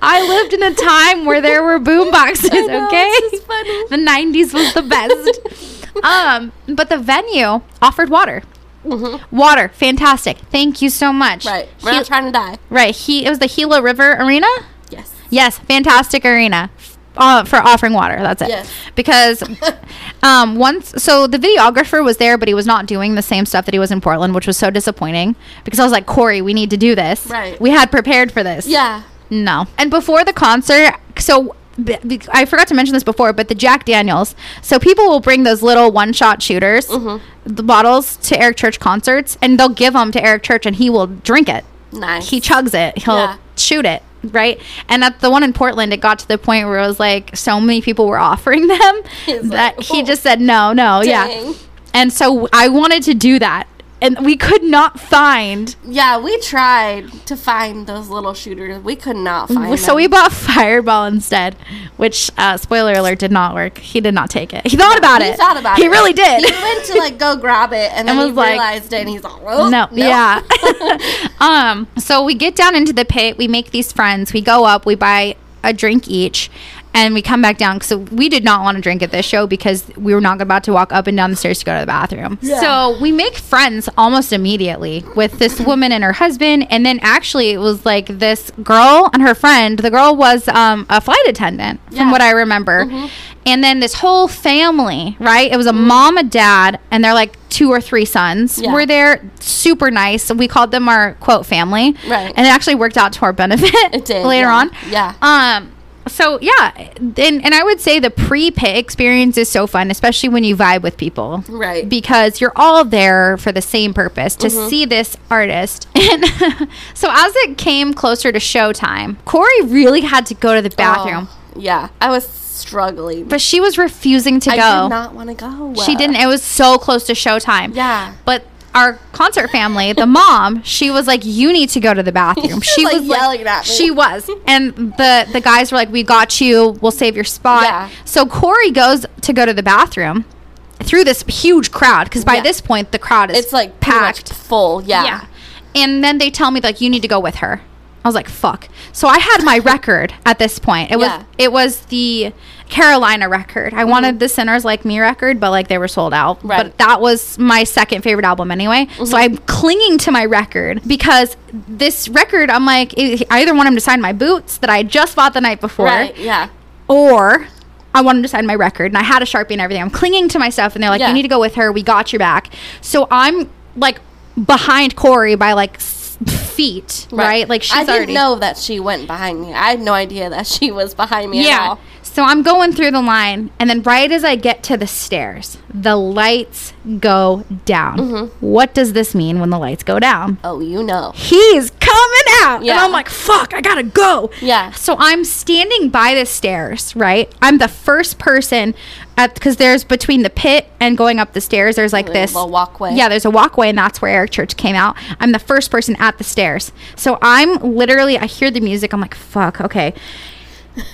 B: I lived in a time where there were boom boxes,
A: I know,
B: okay?
A: this is funny.
B: The 90s was the best. um, but the venue offered water. Water, fantastic. Thank you so much.
A: Mm-hmm. Right. We're
B: He-
A: not trying to die.
B: right. He it was the Gila River Arena?
A: Yes.
B: Yes, fantastic arena f- uh, for offering water. That's it.
A: Yes.
B: Because um, once, so the videographer was there, but he was not doing the same stuff that he was in Portland, which was so disappointing. Because I was like, Corey, we need to do this.
A: Right.
B: We had prepared for this.
A: Yeah.
B: No. And before the concert, so b- b- I forgot to mention this before, but the Jack Daniels. So people will bring those little one shot shooters,
A: Mm-hmm.
B: the bottles to Eric Church concerts, and they'll give them to Eric Church and he will drink it.
A: Nice.
B: He chugs it, he'll
A: Yeah.
B: shoot it. Right. And at the one in Portland, it got to the point where it was like so many people were offering them
A: He's
B: that
A: like,
B: he
A: "Oh,
B: just said, no, no, yeah.
A: Dang.
B: And so I wanted to do that. And we could not find
A: Yeah, we tried to find those little shooters. We could not find
B: so
A: them.
B: we bought Fireball instead, which uh, spoiler alert did not work. He did not take it. He thought about
A: he
B: it.
A: thought about
B: He
A: it.
B: really did.
A: He went to like go grab it and, then
B: was
A: he
B: like,
A: realized it and he's like, oh,
B: no, yeah. um, so we get down into the pit. We make these friends. We go up. We buy a drink each, and we come back down. So we did not want to drink at this show because we were not about to walk up and down the stairs to go to the bathroom.
A: Yeah.
B: So we make friends almost immediately with this woman and her husband, and then actually it was like this girl and her friend. The girl was um, a flight attendant, from
A: Yeah. Mm-hmm.
B: what I remember. And then this whole family, right? It was a mom, a dad, and they're like two or three sons
A: Yeah.
B: were there. Super nice. We called them our quote family.
A: Right.
B: And it actually worked out to our benefit
A: It did,
B: later
A: yeah.
B: on.
A: Yeah.
B: Um so yeah, and and I would say the pre-pit experience is so fun, especially when you vibe with people.
A: Right. Mm-hmm.
B: Because you're all there for the same purpose to see this artist. And so as it came closer to showtime, Corey really had to go to the bathroom.
A: Oh, yeah, I was struggling.
B: But she was refusing to
A: I
B: go.
A: did not want to go.
B: She didn't. It was so close to showtime.
A: Yeah.
B: But our concert family, the mom, she was like, "You need to go to the bathroom."
A: She was, like, yelling at me.
B: She was, and the the guys were like, "We got you. We'll save your spot."
A: Yeah.
B: So Corey goes to go to the bathroom through this huge crowd because by
A: Yeah.
B: this point the crowd is
A: It's like pretty much
B: packed.
A: full. Yeah.
B: Yeah. And then they tell me like you need to go with her. I was like, fuck. So I had my record at this point. It was
A: Yeah. Mm-hmm.
B: it was the Carolina record. I wanted the Sinners Like Me record, but like they were sold out.
A: Right. Mm-hmm.
B: But that was my second favorite album anyway. So I'm clinging to my record because this record, I'm like, I I either want him to sign my boots that I just bought the night before,
A: Right. Yeah.
B: or I want him to sign my record. And I had a sharpie and everything. I'm clinging to my stuff, and they're like,
A: Yeah.
B: "You need to go with her. We got your back." So I'm like behind Corey by like s- feet, right? Like she's
A: I didn't
B: already
A: know that she went behind me. I had no idea that she was behind me at
B: yeah.
A: all.
B: So I'm going through the line, and then right as I get to the stairs, the lights go down.
A: Mm-hmm.
B: What does this mean when the lights go down?
A: Oh, you know.
B: he's coming out. And
A: Yeah.
B: I'm like, fuck, I gotta go.
A: Yeah.
B: So I'm standing by the stairs, right? I'm the first person at because there's between the pit and going up the stairs, there's like
A: The
B: this
A: little walkway.
B: Yeah, there's a walkway, and that's where Eric Church came out. I'm the first person at the stairs. So I'm literally, I hear the music, I'm like, fuck, okay.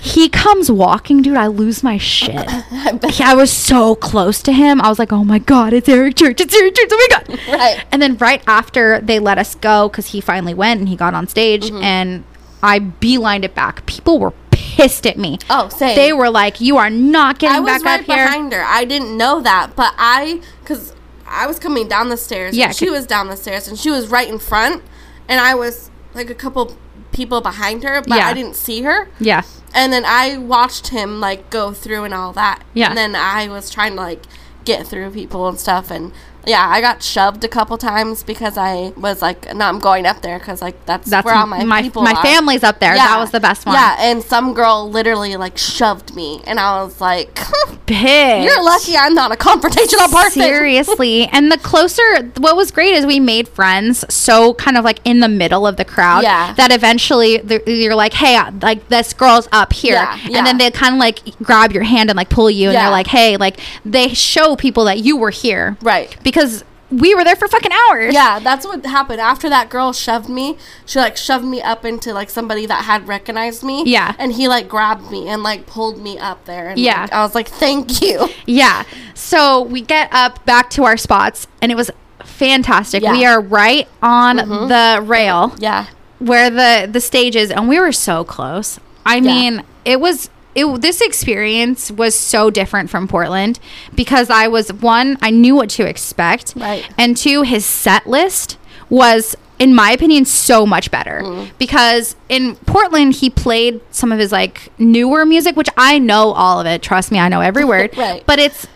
B: He comes walking, dude. I lose my shit. Like, I was so close to him. I was like, oh my God, it's Eric Church. It's Eric Church. Oh my God.
A: Right.
B: And then right after they let us go, because he finally went and he got on stage,
A: Mm-hmm.
B: and I beelined it back. People were pissed at me.
A: Oh, same.
B: They were like, "You are not
A: I
B: getting
A: was
B: back
A: right
B: up here."
A: behind her. I didn't know that, but I because I was coming down the stairs.
B: Yeah,
A: and she
B: c-
A: was down the stairs, and she was right in front, and I was like a couple people behind her, but
B: Yeah.
A: I didn't see her.
B: yeah,
A: And then I watched him like go through and all that.
B: Yeah.
A: And then I was trying to like get through people and stuff, and Yeah, I got shoved a couple times because I was like, "No, I'm going up there because like that's,
B: That's
A: where all my,
B: my
A: people
B: my
A: are.
B: family's up there. That was the best one.
A: Yeah, and some girl literally like shoved me, and I was like,
B: Bitch.
A: "You're lucky I'm not a confrontational person."
B: Seriously. and the closer, what was great is we made friends so kind of like in the middle of the crowd
A: Yeah.
B: that eventually th- you're like, hey, uh, like this girl's up here.
A: Yeah, yeah.
B: And then they kind of like grab your hand and like pull you and
A: Yeah.
B: they're like, hey, like they show people that you were here.
A: Right.
B: Because we were there for fucking hours.
A: Yeah, that's what happened. After that girl shoved me, she like shoved me up into like somebody that had recognized me.
B: Yeah.
A: And he like grabbed me and like pulled me up there. And,
B: Yeah.
A: like, I was like, thank you.
B: Yeah. So we get up back to our spots and it was fantastic.
A: Yeah. Mm-hmm.
B: We are right on the rail.
A: Yeah.
B: where the the stage is and we were so close i mean it was it this experience was so different from portland because i was one i knew what to expect
A: Right.
B: and two his set list was in my opinion so much better
A: Mm-hmm.
B: because in portland he played some of his like newer music which i know all of it trust me i know every word
A: Right.
B: but it's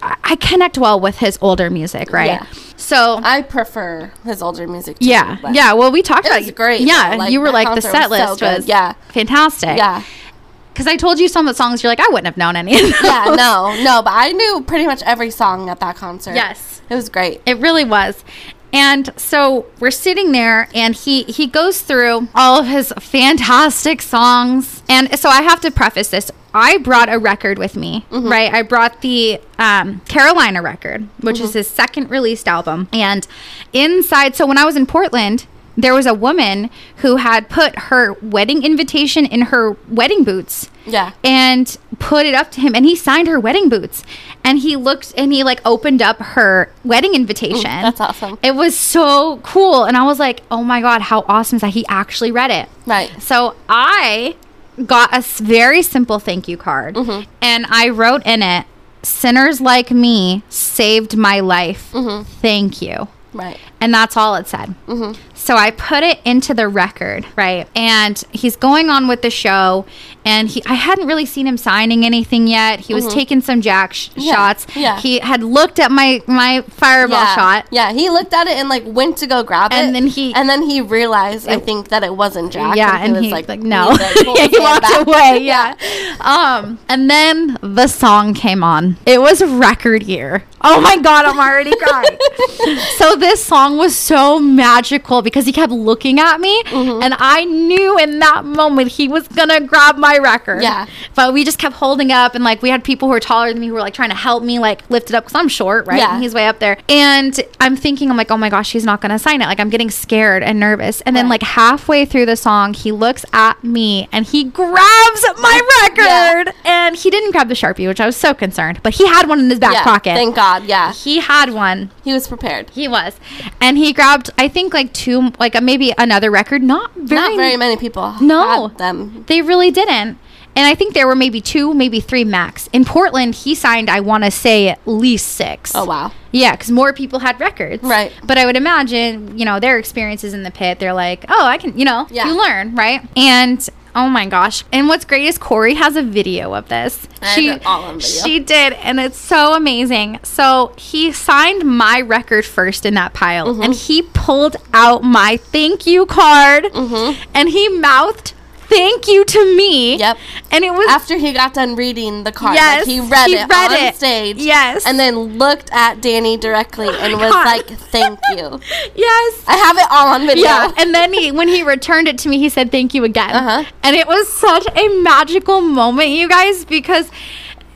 B: i I connect well with his older music right
A: Yeah.
B: so
A: I prefer his older music. Too,
B: yeah,
A: but-
B: yeah. Well, we talked
A: It
B: about
A: was great,
B: Yeah,
A: though. Like,
B: you were
A: that
B: like the
A: concert
B: set
A: was so
B: list
A: good.
B: was
A: Yeah.
B: fantastic.
A: Yeah.
B: because I told you some of the songs you're like I wouldn't have known any. Of those.
A: Yeah. No, no, but I knew pretty much every song at that concert.
B: Yes.
A: It was great.
B: It really was. And so we're sitting there and he he goes through all of his fantastic songs. And so I have to preface this. I brought a record with me, right? I brought the um, Carolina record, which is his second released album. And inside, so when I was in Portland, there was a woman who had put her wedding invitation in her wedding boots
A: Yeah.
B: and put it up to him and he signed her wedding boots and he looked and he like opened up her wedding invitation
A: that's awesome.
B: it was so cool and i was like oh my god how awesome is that he actually read it
A: Right.
B: so i got a s- very simple thank you card
A: Mm-hmm.
B: and i wrote in it sinners like me saved my life
A: Mm-hmm.
B: thank you
A: Right.
B: and that's all it said.
A: Mm-hmm.
B: So I put it into the record, right? And he's going on with the show, and he I hadn't really seen him signing anything yet. He was taking some jack sh-
A: Mm-hmm. Yeah,
B: shots.
A: yeah.
B: He had looked at my my fireball
A: yeah.
B: shot.
A: Yeah, he looked at it and like went to go grab it,
B: And then he-
A: and then he realized I think that it wasn't Jack.
B: Yeah, and
A: was
B: he like, no.
A: he, like, pulled
B: yeah,
A: his
B: he
A: hand
B: walked
A: back.
B: away. Yeah. Um, and then the song came on. It was record year. Oh my god, I'm already crying. so this song was so magical because he kept looking at me,
A: Mm-hmm.
B: and I knew in that moment he was gonna grab my record.
A: Yeah.
B: But we just kept holding up, and like we had people who were taller than me who were like trying to help me like lift it up because I'm short, right?
A: Yeah.
B: And he's way up there. And I'm thinking, I'm like, oh my gosh, he's not gonna sign it. Like I'm getting scared and nervous. And then
A: Right.
B: like halfway through the song, he looks at me and he grabs my
A: Yeah.
B: record. And he didn't grab the sharpie, which I was so concerned. But he had one in his back
A: Yeah,
B: pocket.
A: Thank God. Yeah,
B: he had one.
A: he was prepared.
B: He was, and he grabbed I think like two, like a, maybe another record. Not very,
A: Not very many people.
B: No.
A: had them.
B: They really didn't. And I think there were maybe two, maybe three max. In Portland, he signed, I want to say, at least six.
A: Oh wow.
B: Yeah, because more people had records.
A: Right.
B: But I would imagine, you know, their experiences in the pit, they're like, oh, I can, you know,
A: Yeah.
B: you learn, right? And oh my gosh. And what's great is Corey has a video of this.
A: I have it all on video.
B: She did. And it's so amazing. So he signed my record first in that pile
A: Mm-hmm.
B: and he pulled out my thank you card and he mouthed, thank you to me.
A: Mm-hmm. Yep.
B: And it was
A: After he got done reading the card,
B: Yes,
A: like, he read
B: he
A: it
B: read
A: on
B: it.
A: stage.
B: Yes.
A: and then looked at Danny directly and was
B: God.
A: like, "Thank you."
B: yes.
A: I have it all on video.
B: Yeah. And then he, when he returned it to me, he said, thank you again.
A: Uh-huh.
B: And it was such a magical moment, you guys, because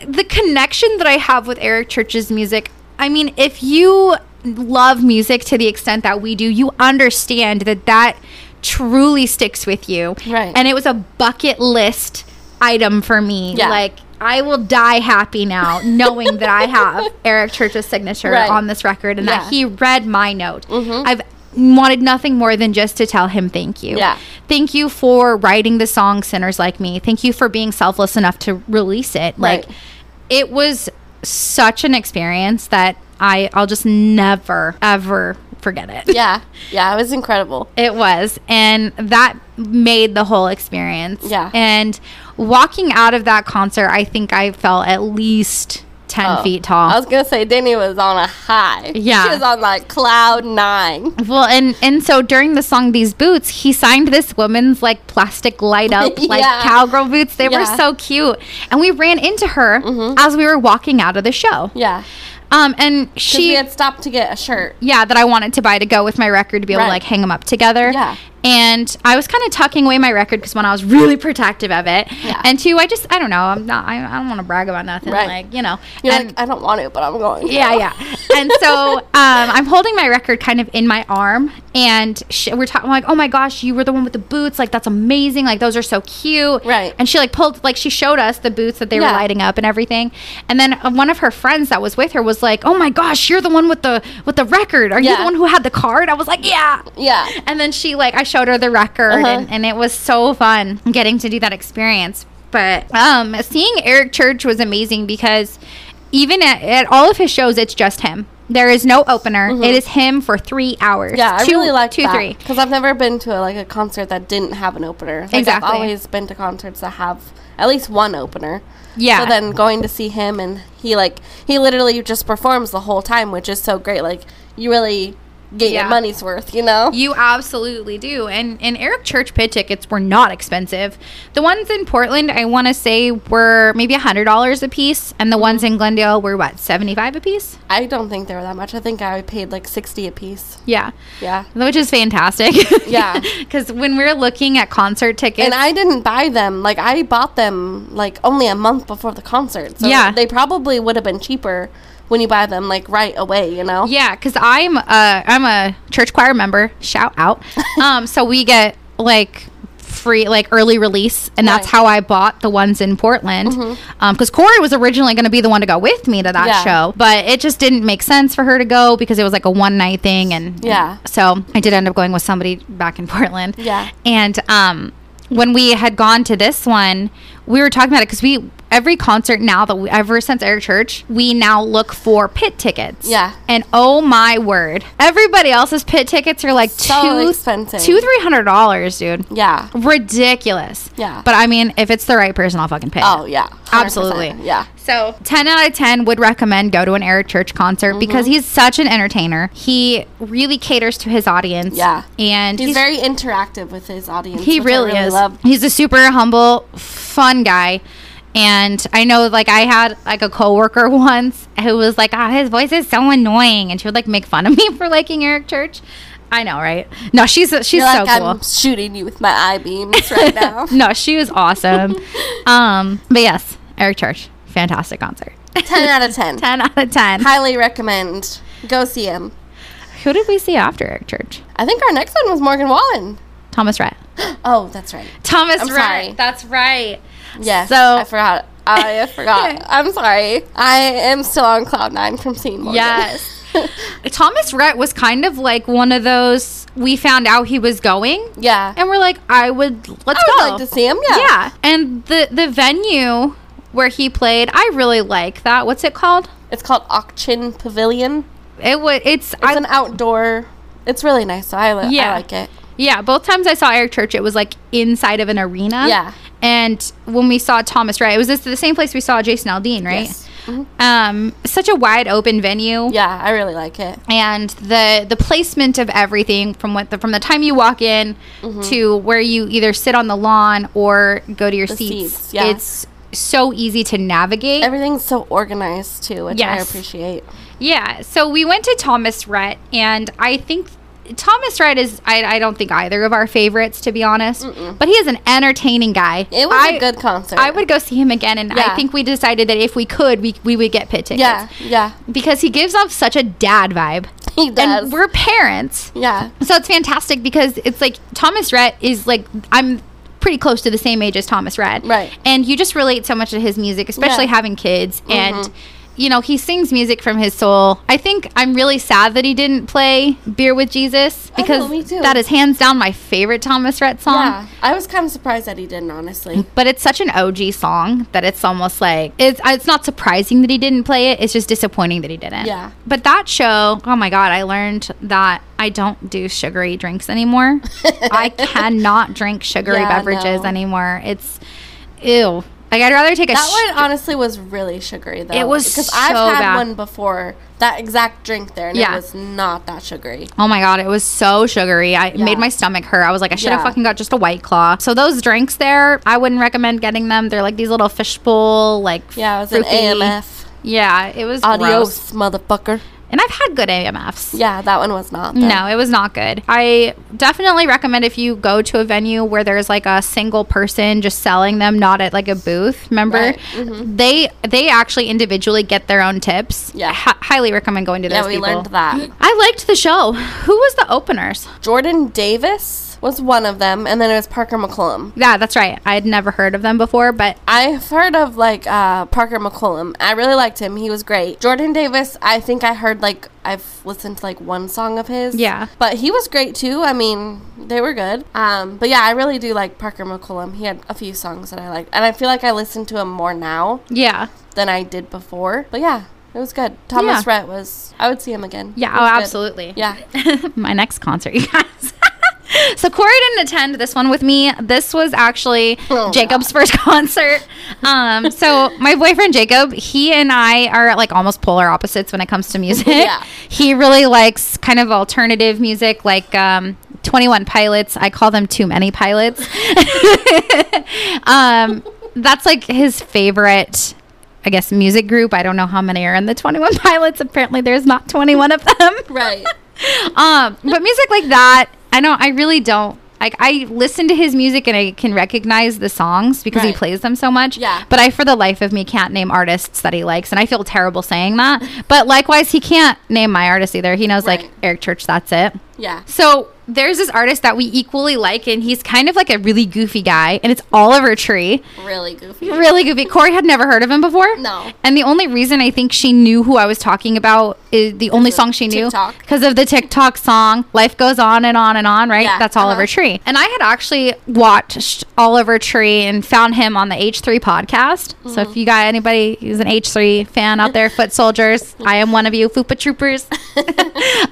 B: the connection that I have with Eric Church's music, I mean, if you love music to the extent that we do, you understand that that truly sticks with you.
A: Right.
B: And it was a bucket list item for me.
A: Yeah.
B: Like, I will die happy now knowing that I have Eric Church's signature
A: Right.
B: on this record and
A: Yeah. Mm-hmm.
B: that he read my note. I've wanted nothing more than just to tell him thank you.
A: Yeah.
B: Thank you for writing the song Sinners Like Me. Thank you for being selfless enough to release it. Like
A: Right.
B: it was such an experience that I I'll just never ever forget it.
A: yeah, yeah. It was incredible.
B: It was. And that made the whole experience.
A: Yeah.
B: And walking out of that concert, I think I felt at least ten
A: Oh.
B: feet tall.
A: I was gonna say Danny was on a high.
B: Yeah.
A: she was on like cloud nine.
B: Well, and and so during the song "These Boots," he signed this woman's like plastic light up like
A: Yeah.
B: cowgirl boots. They
A: Yeah. Mm-hmm.
B: were so cute, and we ran into her as we were walking out of the show.
A: Yeah,
B: Um, and
A: because
B: she
A: we had stopped to get a shirt.
B: yeah that I wanted to buy to go with my record to be able
A: Right.
B: to like hang them up together.
A: Yeah.
B: And I was kind of tucking away my record because one, I was really protective of it,
A: Yeah.
B: and two, I just I don't know, I'm not I, I don't want to brag about nothing,
A: Right.
B: like you know.
A: You're
B: and
A: like, I don't want to, but I'm going. to."
B: yeah, yeah. And so um, I'm holding my record kind of in my arm, and she, we're talking like, "Oh my gosh, you were the one with the boots! Like that's amazing! Like those are so cute!"
A: Right.
B: And she like pulled, like she showed us the boots that they
A: Yeah.
B: were lighting up and everything. And then uh, one of her friends that was with her was like, "Oh my gosh, you're the one with the with the record! Are you
A: Yeah.
B: the one who had the card?" I was like, "Yeah."
A: yeah.
B: And then she like I showed her the record
A: Uh-huh.
B: and, and it was so fun getting to do that experience. But um seeing Eric Church was amazing because even at, at all of his shows it's just him. There is no opener. It is him for three hours.
A: Mm-hmm. Yeah, I
B: Two-
A: really like
B: two,
A: that.
B: three.
A: because I've never been to like a concert that didn't have an opener. Like,
B: Exactly.
A: I've always been to concerts that have at least one opener.
B: Yeah.
A: So then going to see him and he like he literally just performs the whole time, which is so great. Like you really get
B: Yeah.
A: your money's worth, you know?
B: You absolutely do. And and Eric Church pit tickets were not expensive. The ones in Portland, I want to say, were maybe hundred dollars a piece, and the ones
A: Mm-hmm.
B: in Glendale were what seventy five a piece.
A: I don't think they were that much. I think I paid like sixty a piece.
B: Yeah,
A: Yeah.
B: which is fantastic.
A: Yeah.
B: because when we're looking at concert tickets,
A: And I didn't buy them. Like I bought them like only a month before the concert. So
B: Yeah.
A: they probably would have been cheaper when you buy them like right away, you know?
B: yeah, because I'm a I'm a church choir member. Shout out. um, so we get like free like early release, and that's
A: Nice.
B: how I bought the ones in Portland. Because Corey was originally going to be the one to go with me to that
A: Mm-hmm. Yeah.
B: show, but it just didn't make sense for her to go because it was like a one night thing, and
A: Yeah.
B: so I did end up going with somebody back in Portland.
A: Yeah.
B: And um, when we had gone to this one, we were talking about it because we every concert now that we, ever since Eric Church, we now look for pit tickets.
A: Yeah.
B: And oh my word, everybody else's pit tickets are like
A: So
B: two
A: expensive.
B: two three hundred dollars, dude.
A: Yeah.
B: Ridiculous.
A: Yeah.
B: But I mean, if it's the right person, I'll fucking pay.
A: Oh yeah, 100%.
B: Absolutely.
A: Yeah,
B: So, 10 out of 10 would recommend go to an Eric Church concert because
A: Mm-hmm.
B: he's such an entertainer. He really caters to his audience.
A: Yeah.
B: And
A: he's, very interactive with his audience.
B: he
A: which I
B: really, is.
A: love.
B: He's a super humble, fun guy. And I know, like, I had like a coworker once who was like, "Ah, his voice is so annoying," and she would like make fun of me for liking Eric Church. I know, right? No, she's uh, she's
A: You're
B: so
A: like
B: cool.
A: I'm shooting you with my eye beams right now.
B: no, she was awesome. um, but yes, Eric Church, fantastic concert.
A: ten out of ten.
B: ten out of ten.
A: Highly recommend. Go see him.
B: Who did we see after Eric Church?
A: I think our next one was Morgan Wallen.
B: Thomas Rhett.
A: Oh, that's right.
B: Thomas
A: I'm
B: Rhett.
A: sorry.
B: That's right.
A: Yes,
B: So-
A: I forgot. I forgot. I'm sorry. I am still on cloud nine from seeing Morgan.
B: Yes. Thomas Rhett was kind of like one of those we found out he was going
A: yeah.
B: and we're like, I would let's
A: I would
B: go.
A: like to see him. Yeah.
B: yeah. And the the venue where he played, I really like that. What's it called?
A: It's called Auction Pavilion.
B: It was it's,
A: It's
B: I
A: an outdoor. It's really nice. So I, li-
B: Yeah.
A: I like it.
B: yeah, both times I saw Eric Church it was like inside of an arena.
A: Yeah.
B: And when we saw Thomas Rhett, it was this the same place we saw Jason Aldean, right?
A: Yes. Mhm.
B: Um such a wide open venue.
A: Yeah, I really like it.
B: and the the placement of everything from what the from the time you walk in
A: Mm-hmm.
B: to where you either sit on the lawn or go to your seats,
A: seats, yeah.
B: it's so easy to navigate
A: Everything's so organized too, which I
B: Yes.
A: appreciate.
B: yeah so we went to thomas rhett and i think thomas rhett is i, I don't think either of our favorites to be honest but he is an entertaining guy
A: It was
B: I-
A: a good concert.
B: I would go see him again, and I
A: Yeah.
B: think we decided that if we could, we, we would get pit tickets.
A: Yeah, yeah.
B: Because he gives off such a dad vibe.
A: He does.
B: And we're parents.
A: yeah.
B: So it's fantastic because it's like Thomas Rhett is like I'm pretty close to the same age as Thomas Rhett.
A: Right.
B: And you just relate so much to his music, especially
A: Yeah. Mm-hmm.
B: having kids and you know, he sings music from his soul. I think I'm really sad that he didn't play Beer with Jesus
A: know,
B: because
A: me too.
B: that is hands down my favorite Thomas Rhett song.
A: Yeah. I was kind of surprised that he didn't, honestly.
B: But it's such an OG song that it's almost like it's it's not surprising that he didn't play it. It's just disappointing that he didn't.
A: Yeah.
B: But that show, oh my god, I learned that I don't do sugary drinks anymore. I cannot drink sugary
A: Yeah,
B: beverages
A: no.
B: anymore. It's ew. Like I'd rather take a.
A: That
B: sh-
A: one honestly was really sugary though.
B: It was
A: because I've
B: so
A: had
B: bad.
A: one before that exact drink there, and
B: Yeah.
A: it was not that sugary.
B: Oh my god, it was so sugary. I it
A: Yeah.
B: made my stomach hurt. I was like, I should have
A: Yeah.
B: fucking got just a white claw. So those drinks there, I wouldn't recommend getting them. They're like these little fishbowl, like
A: Yeah, it was an
B: fruity-
A: AMF.
B: Yeah, it was gross.
A: Adios, motherfucker.
B: And I've had good AMFs.
A: Yeah, that one was not. Though.
B: No, it was not good. I definitely recommend if you go to a venue where there's like a single person just selling them, not at like a booth. Remember,
A: Right. mm-hmm.
B: they they actually individually get their own tips.
A: Yeah.
B: Hi- highly recommend going to those.
A: yeah, we
B: people.
A: learned that.
B: I liked the show. Who was the openers?
A: Jordan Davis was one of them, and then it was Parker McCollum.
B: Yeah, that's right. I had never heard of them before, but
A: I've heard of like uh, Parker McCollum. I really liked him. He was great. Jordan Davis, I think I heard like I've listened to like one song of his.
B: Yeah.
A: But he was great too. I mean, they were good. Um, but yeah, I really do like Parker McCollum. He had a few songs that I liked. And I feel like I listen to him more now
B: yeah.
A: than I did before. But yeah, it was good. Thomas Rhett was I would see him again.
B: Yeah,
A: He was
B: oh,
A: good.
B: absolutely.
A: Yeah.
B: My next concert, you guys. so Corey didn't attend this one with me. This was actually
A: Oh,
B: Jacob's first concert. Um, so my boyfriend Jacob, he and I are like almost polar opposites when it comes to music.
A: Yeah.
B: He really likes kind of alternative music, like um, Twenty One Pilots. I call them too many pilots. um, that's like his favorite. I guess music group. I don't know how many are in the 21 Pilots. Apparently, there's not 21 of them
A: Right.
B: um, but music like that, I know I really don't. Like I listen to his music and I can recognize the songs because he
A: Right.
B: plays them so much.
A: Yeah.
B: But I, for the life of me, can't name artists that he likes, and I feel terrible saying that. But likewise, he can't name my artist either. He knows like
A: Right.
B: Eric Church. That's it.
A: Yeah.
B: So there's this artist that we equally like, and he's kind of like a really goofy guy, and it's Oliver Tree.
A: Really goofy.
B: Really goofy. Corey had never heard of him before.
A: No.
B: And the only reason I think she knew who I was talking about is the only song she knew
A: TikTok.
B: because of the TikTok song "Life Goes On and On and On." Right?
A: Yeah,
B: That's
A: uh-huh.
B: Oliver Tree. And I had actually watched Oliver Tree and found him on the H3 podcast. So
A: Mm-hmm.
B: if you got anybody who's an H3 fan out there, foot soldiers, I am one of you, Fupa Troopers.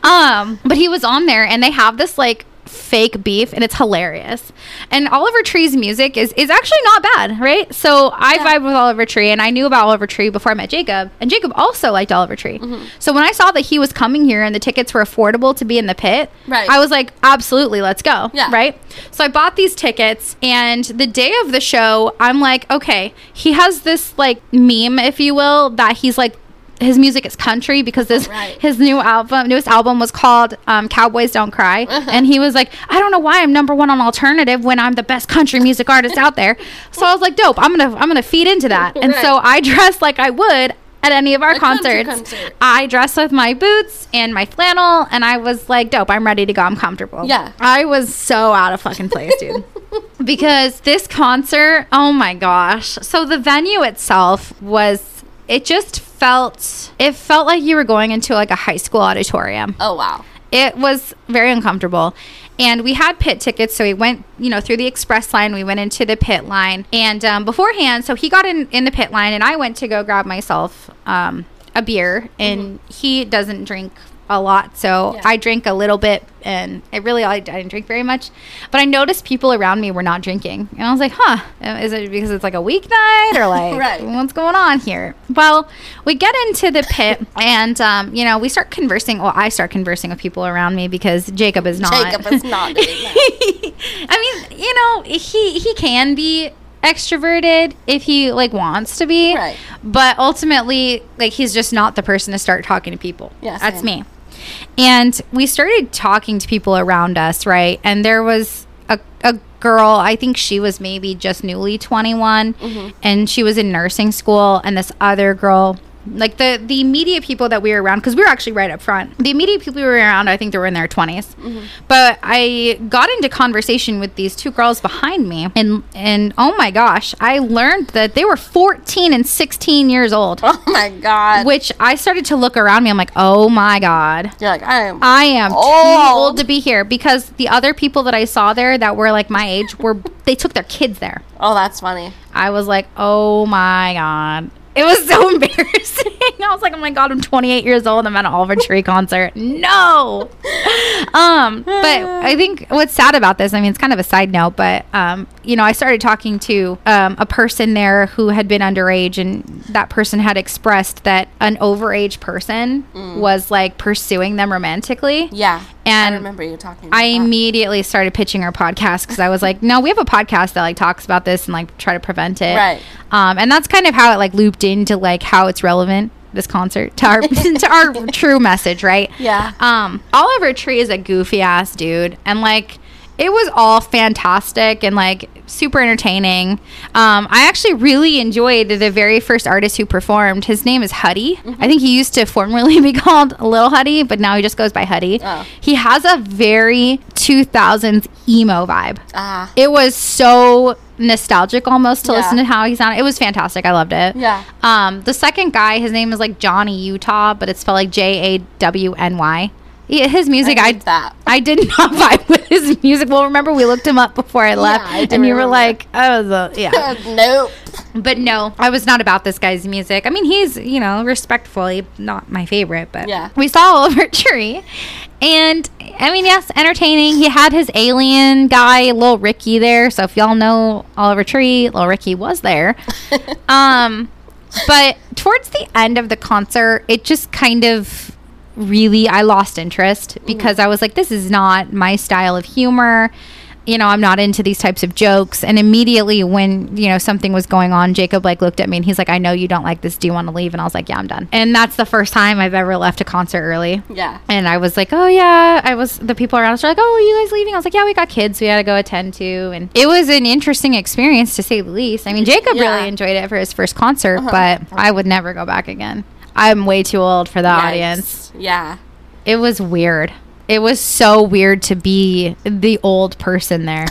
B: um, but he was on there, and they have this like fake beef and it's hilarious and oliver tree's music is is actually not bad right so i vibe with oliver tree and i knew about oliver tree before i met jacob and jacob also liked oliver tree
A: Mm-hmm.
B: so when i saw that he was coming here and the tickets were affordable to be in the pit
A: Right.
B: i was like absolutely let's go
A: Yeah.
B: right so i bought these tickets and the day of the show i'm like okay he has this like meme if you will that he's like his music is country because this
A: Right.
B: his new album newest album was called um, cowboys don't cry
A: Uh-huh.
B: and he was like i don't know why i'm number one on alternative when i'm the best country music artist out there so i was like dope i'm gonna i'm gonna feed into that and so
A: Right.
B: i dressed like i would at any of our
A: A country
B: concerts
A: concert.
B: i dressed with my boots and my flannel and i was like dope i'm ready to go i'm comfortable
A: Yeah.
B: i was so out of fucking place dude because this concert, oh my gosh. So the venue itself was it just felt it felt like you were going into like a high school auditorium.
A: Oh wow.
B: It was very uncomfortable. And we had pit tickets, so we went, you know, through the express line. We went into the pit line, and um, beforehand, so he got in in the pit line, and I went to go grab myself um, a beer, and he doesn't drink a lot, so
A: Yeah.
B: I drink a little bit, and I really I, I didn't drink very much, but I noticed people around me were not drinking, and I was like, huh, is it because it's like a weeknight or like
A: Right.
B: what's going on here? Well, we get into the pit and, um, you know, we start conversing. Well, I start conversing with people around me because Jacob is not.
A: Jacob is not doing that.
B: I mean, you know, he, he can be extroverted if he like wants to be.
A: Right.
B: But ultimately, like he's just not the person to start talking to people.
A: Yeah,
B: That's
A: same.
B: me. And we started talking to people around us, right? And there was a, a girl, I think she was maybe just newly 21,
A: Mm-hmm.
B: and she was in nursing school. And this other girl, like the, the immediate people that we were around, because we were actually right up front, the immediate people we were around, I think they were in their 20s.
A: Mm-hmm.
B: But I got into conversation with these two girls behind me, and, and oh my gosh, I learned that they were 14 and 16 years old.
A: Oh my god.
B: Which I started to look around me. I'm like, oh my God.
A: You're like, I am
B: I am too
A: Old.
B: old to be here because the other people that I saw there that were like my age were they took their kids there.
A: Oh, that's funny.
B: I was like, oh my god. It was so embarrassing. I was like, oh my god, I'm 28 years old. I'm at an Oliver Tree concert. No. Um, but I think what's sad about this, I mean, it's kind of a side note, but um, you know, I started talking to um, a person there who had been underage, and that person had expressed that an overage person was like pursuing them
A: Mm.
B: romantically.
A: Yeah.
B: And
A: I remember you talking. About
B: I
A: that.
B: immediately started pitching our podcast because I was like, no, we have a podcast that like talks about this and like try to prevent it.
A: Right.
B: Um, and that's kind of how it like looped into like how it's relevant this concert to our to our true message, right?
A: Yeah.
B: Um, Oliver Tree is a goofy ass dude, and like it was all fantastic and like super entertaining. Um, I actually really enjoyed the very first artist who performed. His name is Huddy. I think he used to formerly be called Little Huddy, but now he just goes by Huddy.
A: Oh.
B: He has a very 2000s emo vibe.
A: Ah.
B: It was so nostalgic almost to
A: Yeah.
B: listen to how he sounded. It was fantastic. I loved it.
A: Yeah.
B: Um, the second guy, his name is like Johnny Utah, but it's spelled like J A W N Y. Yeah, His music, I,
A: did that.
B: I did not vibe with his music. Well, remember we looked him up before I left,
A: I do
B: and you were
A: remember.
B: like, "Oh, the, yeah."
A: nope.
B: but no, I was not about this guy's music. I mean, he's you know respectfully not my favorite, but
A: Yeah.
B: we saw Oliver Tree, and I mean, yes, entertaining. He had his alien guy, Lil Ricky, there. So if y'all know Oliver Tree, Lil Ricky was there. um, but towards the end of the concert, it just kind of really I lost interest because I was like, this is not my style of humor. You know, I'm not into these types of jokes. And immediately when, you know, something was going on, Jacob like looked at me and he's like, I know you don't like this. Do you want to leave? And I was like, Yeah, I'm done. And that's the first time I've ever left a concert early.
A: Yeah.
B: And I was like, oh yeah. I was the people around us were like, oh, are you guys leaving? I was like, yeah, we got kids we had to go attend to, and it was an interesting experience to say the least. I mean, Jacob
A: Yeah. Uh-huh.
B: really enjoyed it for his first concert, but I would never go back again. I'm way too old for the
A: Yikes.
B: audience.
A: Yeah.
B: It was weird. It was so weird to be the old person there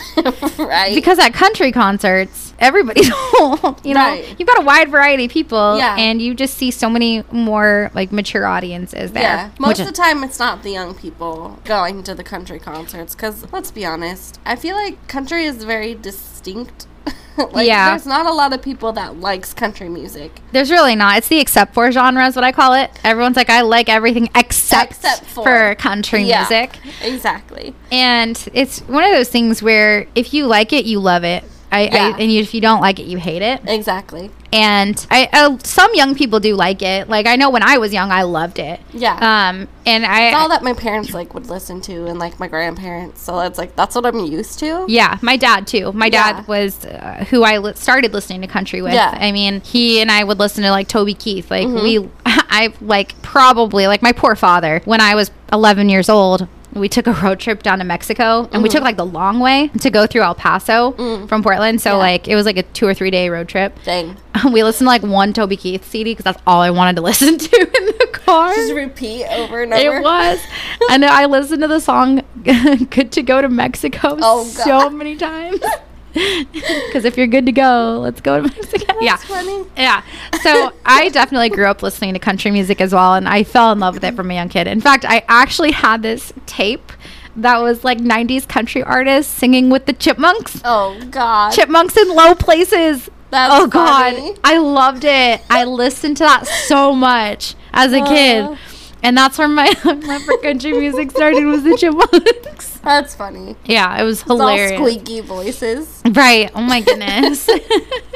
A: right.
B: because at country concerts everybody's old you know
A: Right.
B: you've got a wide variety of people
A: Yeah.
B: and you just see so many more like mature audiences there
A: yeah.
B: which-
A: Most of the time, it's not the young people going to the country concerts because let's be honest, I feel like country is very distinct. like,
B: Yeah.
A: There's not a lot of people that likes country music.
B: There's really not. It's the except for genre is what I call it. Everyone's like, I like everything except,
A: Except
B: for.
A: for.
B: country
A: Yeah.
B: music.
A: Exactly.
B: And it's one of those things where if you like it, you love it. I,
A: Yeah.
B: I and you, if you don't like it, you hate it.
A: Exactly.
B: And I, uh, some young people do like it. Like I know when I was young, I loved it.
A: Yeah.
B: Um. And I.
A: It's all that my parents like would listen to and like my grandparents. So it's like that's what I'm used to.
B: Yeah, my dad too. My
A: Yeah.
B: dad was uh, who I li- started listening to country with.
A: Yeah. Mm-hmm.
B: I mean, he and I would listen to like Toby Keith. Like we, I like probably like my poor father when I was 11 years old. We took a road trip down to Mexico, and
A: Mm-hmm.
B: we took like the long way to go through El Paso
A: Mm.
B: from Portland. So like it was like a two or three day road trip.
A: Dang.
B: We listened to like one Toby Keith CD because that's all I wanted to listen to in the car.
A: Just repeat over and over.
B: It was. And I listened to the song Good to Go to Mexico
A: Oh,
B: so
A: God.
B: many times. Because if you're good to go, let's go to Mexico. yeah.
A: funny.
B: Yeah. So I definitely grew up listening to country music as well. And I fell in love with it from a young kid. In fact, I actually had this tape that was like 90s country artists singing with the chipmunks.
A: Oh God.
B: Chipmunks in low places.
A: That's
B: oh god,
A: funny.
B: I loved it. I listened to that so much as a
A: Uh.
B: kid, and that's where my love for country music started was the Chipmunks.
A: That's funny.
B: Yeah, it was
A: It's
B: hilarious.
A: all squeaky voices.
B: Right. Oh my goodness.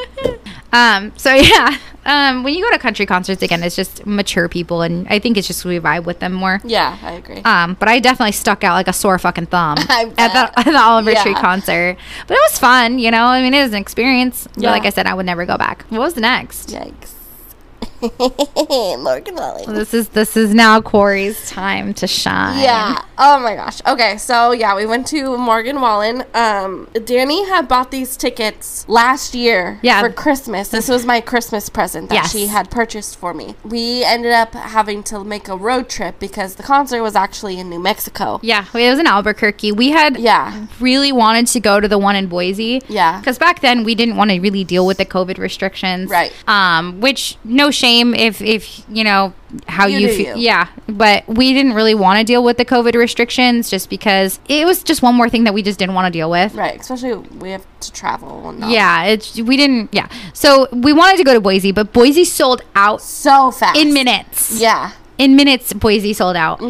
B: um. So yeah. Um. When you go to country concerts again, it's just mature people, and I think it's just we vibe with them more.
A: Yeah, I agree.
B: Um, but I definitely stuck out like a sore fucking thumb
A: I
B: at the,
A: bet.
B: at the Oliver Tree
A: Yeah.
B: concert. But it was fun, you know. I mean, it was an experience. But
A: Yeah.
B: like I said, I would never go back. What was next?
A: Yikes. Morgan Valley.
B: This is this is now Corey's time to shine.
A: Yeah. Oh my gosh. Okay. So yeah, we went to Morgan Wallen. Um, Danny had bought these tickets last year
B: Yeah.
A: for Christmas. This was my Christmas present that
B: Yes.
A: she had purchased for me. We ended up having to make a road trip because the concert was actually in New Mexico.
B: Yeah, it was in Albuquerque. We had
A: Yeah.
B: really wanted to go to the one in Boise.
A: Yeah.
B: Because back then we didn't want to really deal with the COVID restrictions.
A: Right.
B: Um, which no shame same if if you know how
A: You
B: you,
A: do
B: feel.
A: you.
B: Yeah, but we didn't really want to deal with the COVID restrictions just because it was just one more thing that we just didn't want to deal with.
A: Right, especially we have to travel. And all.
B: Yeah, it's we didn't. Yeah, so we wanted to go to Boise, but Boise sold out
A: so fast
B: in minutes.
A: Yeah, Mm-hmm.
B: in minutes, Boise sold out,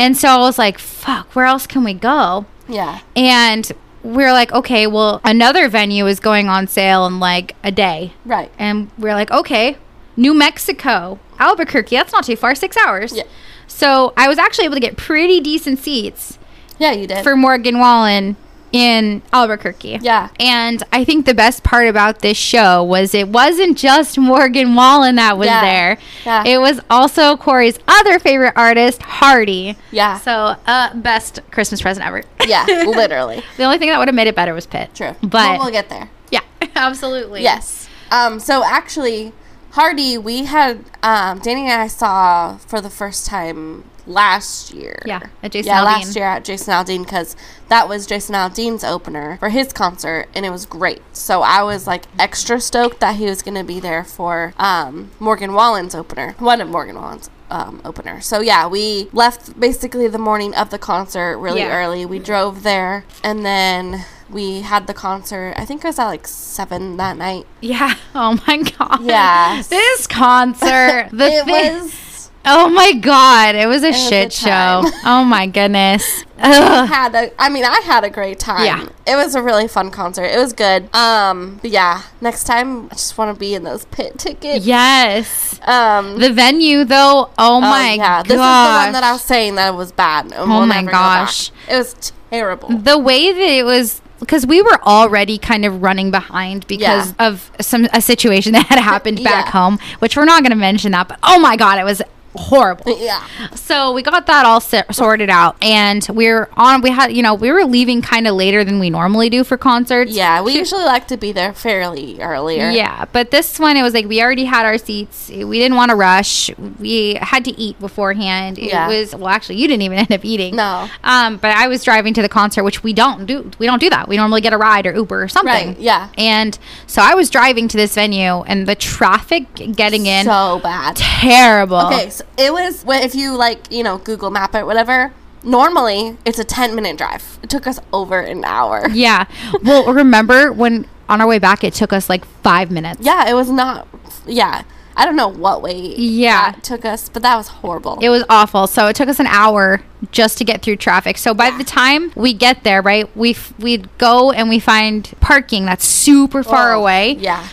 B: and so I was like, "Fuck, where else can we go?"
A: yeah,
B: And we're like, "Okay, well, another venue is going on sale in like a day."
A: right.
B: And we're like, okay, New Mexico, Albuquerque, that's not too far, six hours.
A: Yeah.
B: So I was actually able to get pretty decent seats
A: Yeah, you did.
B: for Morgan Wallen in Albuquerque.
A: yeah,
B: And I think the best part about this show was it wasn't just Morgan Wallen that was
A: Yeah.
B: there.
A: Yeah.
B: It was also Corey's other favorite artist, Hardy.
A: Yeah.
B: So, uh, best Christmas present ever.
A: yeah, literally.
B: the only thing that would have made it better was Pitt.
A: True.
B: But
A: Well, we'll get there.
B: yeah, absolutely.
A: Yes. Um, so actually, Hardy, we had um, Danny and I saw for the first time last year.
B: Yeah, at Jason
A: yeah,
B: Aldean.
A: last year at Jason Aldean because that was Jason Aldean's opener for his concert, and it was great. So I was like extra stoked that he was going to be there for um, Morgan Wallen's opener, one of Morgan Wallen's. Um, opener. So yeah, we left basically the morning of the concert really
B: Yeah.
A: early. We drove there and then we had the concert. I think it was at like seven that night.
B: Yeah. Oh my god.
A: Yes.
B: This concert. The
A: it
B: thing-
A: was
B: Oh my god. It was a
A: was
B: shit
A: a
B: show.
A: time.
B: Oh my goodness. Ugh.
A: had a I mean I had a great time.
B: Yeah.
A: It was a really fun concert. It was good. Um but yeah, next time I just want to be in those pit tickets.
B: Yes.
A: Um
B: The venue though. Oh
A: oh,
B: my
A: yeah.
B: gosh.
A: This is the one that I was saying that it was bad. and
B: Oh
A: we'll
B: my
A: never go back.
B: gosh. Mm.
A: It was terrible.
B: the way that it was because we were already kind of running behind because of some a situation that had happened back
A: Yeah.
B: home, which we're not going to mention that, but oh my god, it was horrible.
A: Yeah.
B: So we got that all se- sorted out, and we're on. We had, you know, we were leaving kind of later than we normally do for concerts.
A: Yeah, we usually like to be there fairly earlier.
B: Yeah, but this one it was like we already had our seats. We didn't want to rush. We had to eat beforehand. It
A: Yeah.
B: was well, actually, you didn't even end up eating.
A: No.
B: Um, but I was driving to the concert, which we don't do. We don't do that. We normally get a ride or Uber or something.
A: Right, yeah.
B: And so I was driving to this venue, and the traffic getting in
A: So bad.
B: terrible.
A: Okay, so it was well, if you like, you know, Google Map it, whatever. Normally, it's a ten-minute drive. It took us over an hour.
B: Yeah. Well, remember when on our way back it took us like five minutes.
A: Yeah, it was not. Yeah, I don't know what way.
B: Yeah.
A: that took us, but that was horrible.
B: It was awful. So it took us an hour just to get through traffic. So by the time we get there, right, we f- we'd go and we find parking that's super far
A: Oh,
B: away.
A: Yeah,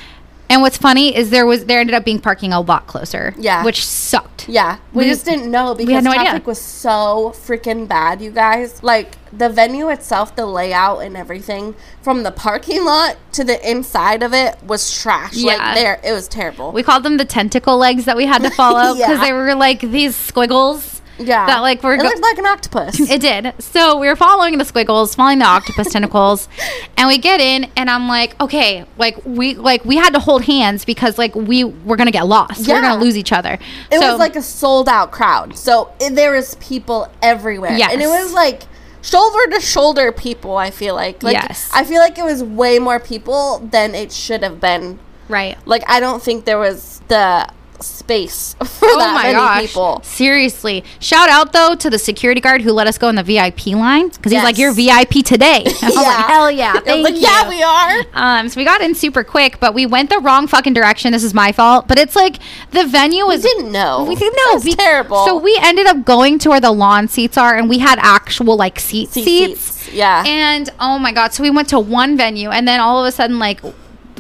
B: And what's funny is there was there ended up being parking a lot closer.
A: Yeah.
B: Which sucked.
A: yeah. We,
B: We-
A: just didn't know because
B: had no idea.
A: traffic was so freaking bad, you guys. Like the venue itself, the layout and everything, from the parking lot to the inside of it was trash.
B: Yeah.
A: Like there, it was terrible.
B: We called them the tentacle legs that we had to follow because
A: Yeah.
B: they were like these squiggles.
A: yeah,
B: that, like, we're
A: it
B: go-
A: looked like an octopus.
B: It did. So we were following the squiggles, following the octopus tentacles, and we get in, and I'm like, okay, like we like we had to hold hands because like we were gonna get lost. We are
A: Yeah.
B: gonna lose each other.
A: It was like a sold out crowd. So it, there was people everywhere.
B: Yes.
A: And it was like shoulder to shoulder people, I feel like. like
B: Yes.
A: I feel like it was way more people than it should have been.
B: right.
A: Like I don't think there was the space for
B: Oh
A: that many people.
B: Seriously. Shout out though to the security guard who let us go in the VIP line because he's like,
A: Yes.
B: "You're VIP today." I was like, "Hell yeah!"
A: I was
B: Thank
A: like,
B: you.
A: yeah, we are.
B: Um, so we got in super quick, but we went the wrong fucking direction. This is my fault, but it's like the venue was
A: Didn't know.
B: We didn't
A: Oh, That
B: know.
A: was
B: We-
A: terrible.
B: So we ended up going to where the lawn seats are, and we had actual like seat
A: Seat
B: seats.
A: seats, yeah.
B: And oh my god! So we went to one venue, and then all of a sudden, like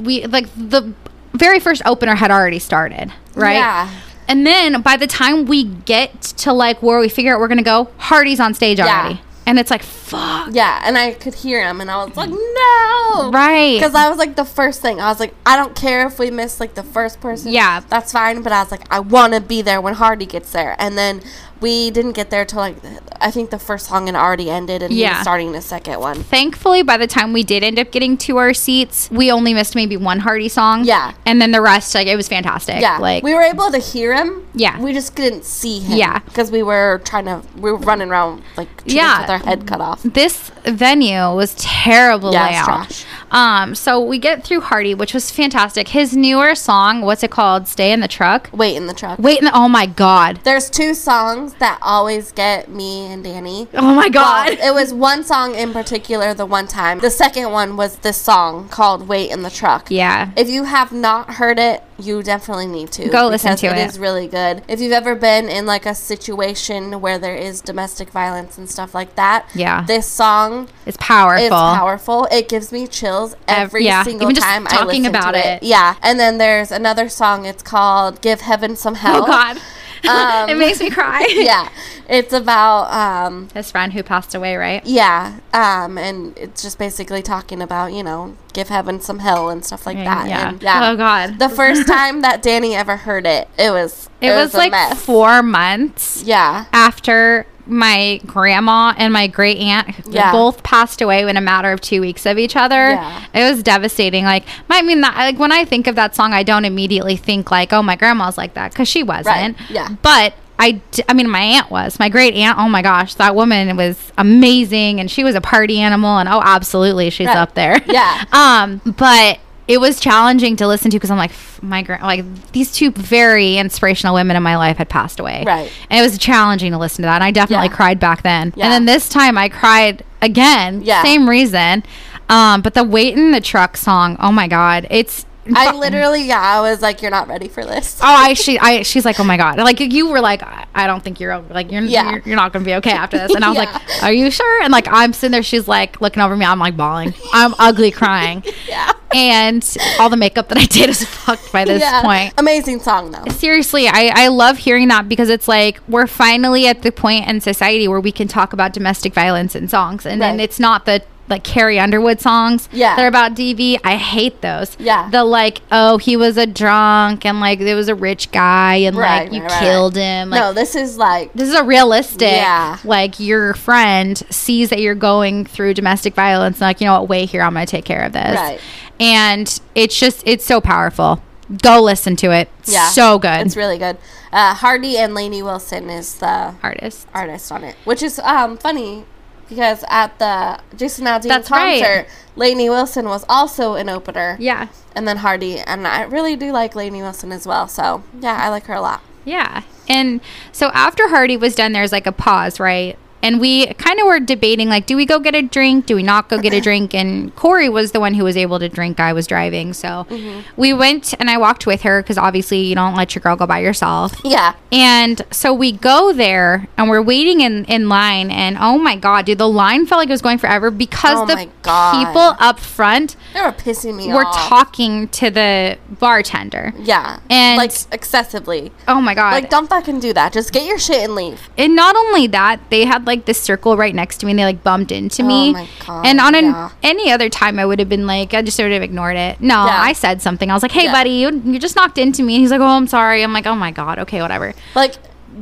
B: we like the very first opener had already started, right?
A: Yeah.
B: And then by the time we get to like where we figure out we're gonna go, Hardy's on stage already, and it's like fuck.
A: Yeah, and I could hear him, and I was like, no.
B: Right.
A: Because I was like, the first thing, I was like, I don't care if we miss like the first person.
B: Yeah.
A: That's fine. But I was like, I want to be there when Hardy gets there. And then we didn't get there till like, I think the first song had already ended, and he
B: Yeah.
A: was starting the second one.
B: Thankfully, by the time we did end up getting to our seats, we only missed maybe one Hardy song.
A: Yeah.
B: And then the rest, like, it was fantastic.
A: Yeah.
B: Like,
A: we were able to hear him.
B: Yeah.
A: We just couldn't see him.
B: Yeah.
A: Because we were trying to, we were running around like, chickens
B: Yeah.
A: with our head cut off.
B: this venue was terrible
A: Yeah, it's
B: layout.
A: trash.
B: Um, so we get through Hardy, which was fantastic. His newer song, what's it called? Stay in the truck.
A: Wait in the truck.
B: Wait in the oh my god.
A: There's two songs that always get me and Danny.
B: Oh my god.
A: Well, it was one song in particular the one time. The second one was this song called Wait in the Truck.
B: yeah.
A: If you have not heard it, you definitely need to.
B: Go listen
A: because
B: to it.
A: It is really good. If you've ever been in like a situation where there is domestic violence and stuff like that,
B: Yeah.
A: this song
B: It's powerful.
A: it's powerful. It gives me chills every
B: yeah,
A: single
B: even just
A: time I
B: talking
A: listen
B: about
A: to
B: it.
A: it. Yeah, and then there's another song. It's called "Give Heaven Some Hell."
B: Oh god.
A: Um,
B: it makes me cry.
A: yeah, it's about um,
B: His friend who passed away, right?
A: yeah, um, and it's just basically talking about you know give heaven some hell and stuff like that.
B: Yeah.
A: and, yeah.
B: Oh god.
A: The first time that Danny ever heard it, it was
B: it, was,
A: a
B: like
A: mess.
B: 4 months
A: Yeah,
B: after my grandma and my great aunt who
A: Yeah.
B: both passed away in a matter of two weeks of each other.
A: Yeah.
B: It was devastating. Like, I mean, that, like when I think of that song, I don't immediately think like, oh, my grandma's like that because she wasn't.
A: Yeah.
B: But I, d- I mean, my aunt was. My great aunt. Oh my gosh, that woman was amazing, and she was a party animal. And oh, absolutely, she's
A: Right.
B: up there.
A: Yeah.
B: um, but. It was challenging to listen to because I'm like "F- my grand like these two very inspirational women in my life had passed away.
A: Right.
B: And it was challenging to listen to that. And I definitely
A: Yeah.
B: cried back then.
A: Yeah.
B: And then this time I cried again.
A: Yeah.
B: Same reason. Um, but the wait in the truck song, oh my God. It's
A: I literally yeah, I was like, you're not ready for this.
B: Oh, I she I she's like, oh my god! Like you were like, I I don't think you're like you're
A: Yeah.
B: you're, you're not gonna be okay after this. And I was
A: Yeah.
B: like, are you sure? And like I'm sitting there, she's like looking over me. I'm like bawling. I'm ugly crying.
A: Yeah.
B: And all the makeup that I did is fucked by this
A: yeah.
B: point.
A: amazing song though.
B: seriously I, I love hearing that because it's like we're finally at the point in society where we can talk about domestic violence in songs and then
A: Right.
B: it's not the like Carrie Underwood songs
A: Yeah.
B: that are about DV. I hate those.
A: Yeah.
B: The like, oh, he was a drunk and like there was a rich guy and
A: Right,
B: like you
A: right, right,
B: killed him. Like
A: no, this is like
B: this is a realistic
A: Yeah.
B: like your friend sees that you're going through domestic violence and like, you know what, wait here, I'm gonna take care of this.
A: Right.
B: And it's just it's so powerful. Go listen to it.
A: yeah,
B: So good.
A: It's really good. Uh, Hardy and Lainey Wilson is the
B: artist.
A: artist on it, which is um, funny because at the Jason Aldean
B: That's right.
A: concert, Lainey Wilson was also an opener,
B: Yeah.
A: and then Hardy, and I really do like Lainey Wilson as well. So yeah, I like her a lot.
B: Yeah. And so after Hardy was done, there's like a pause, right? And we kind of were debating, like, do we go get a drink? Do we not go get a drink? And Corey was the one who was able to drink. I was driving. So
A: Mm-hmm.
B: we went and I walked with her because obviously you don't let your girl go by yourself.
A: Yeah,
B: And so we go there and we're waiting in, in line. And oh my God, dude, the line felt like it was going forever because
A: Oh
B: the
A: my God.
B: people up front
A: they were pissing me
B: were
A: off.
B: talking to the bartender.
A: Yeah,
B: And-
A: like excessively.
B: Oh my God.
A: Like, don't fucking do that. Just get your shit and leave.
B: And not only that, they had like this circle right next to me and they like bumped into me.
A: Oh my God,
B: and on an,
A: yeah.
B: any other time, I would have been like, I just sort of ignored it. No,
A: Yeah.
B: I said something. I was like, hey,
A: Yeah.
B: buddy, you, you just knocked into me. And he's like, oh, I'm sorry. I'm like, oh my God. Okay, whatever.
A: Like,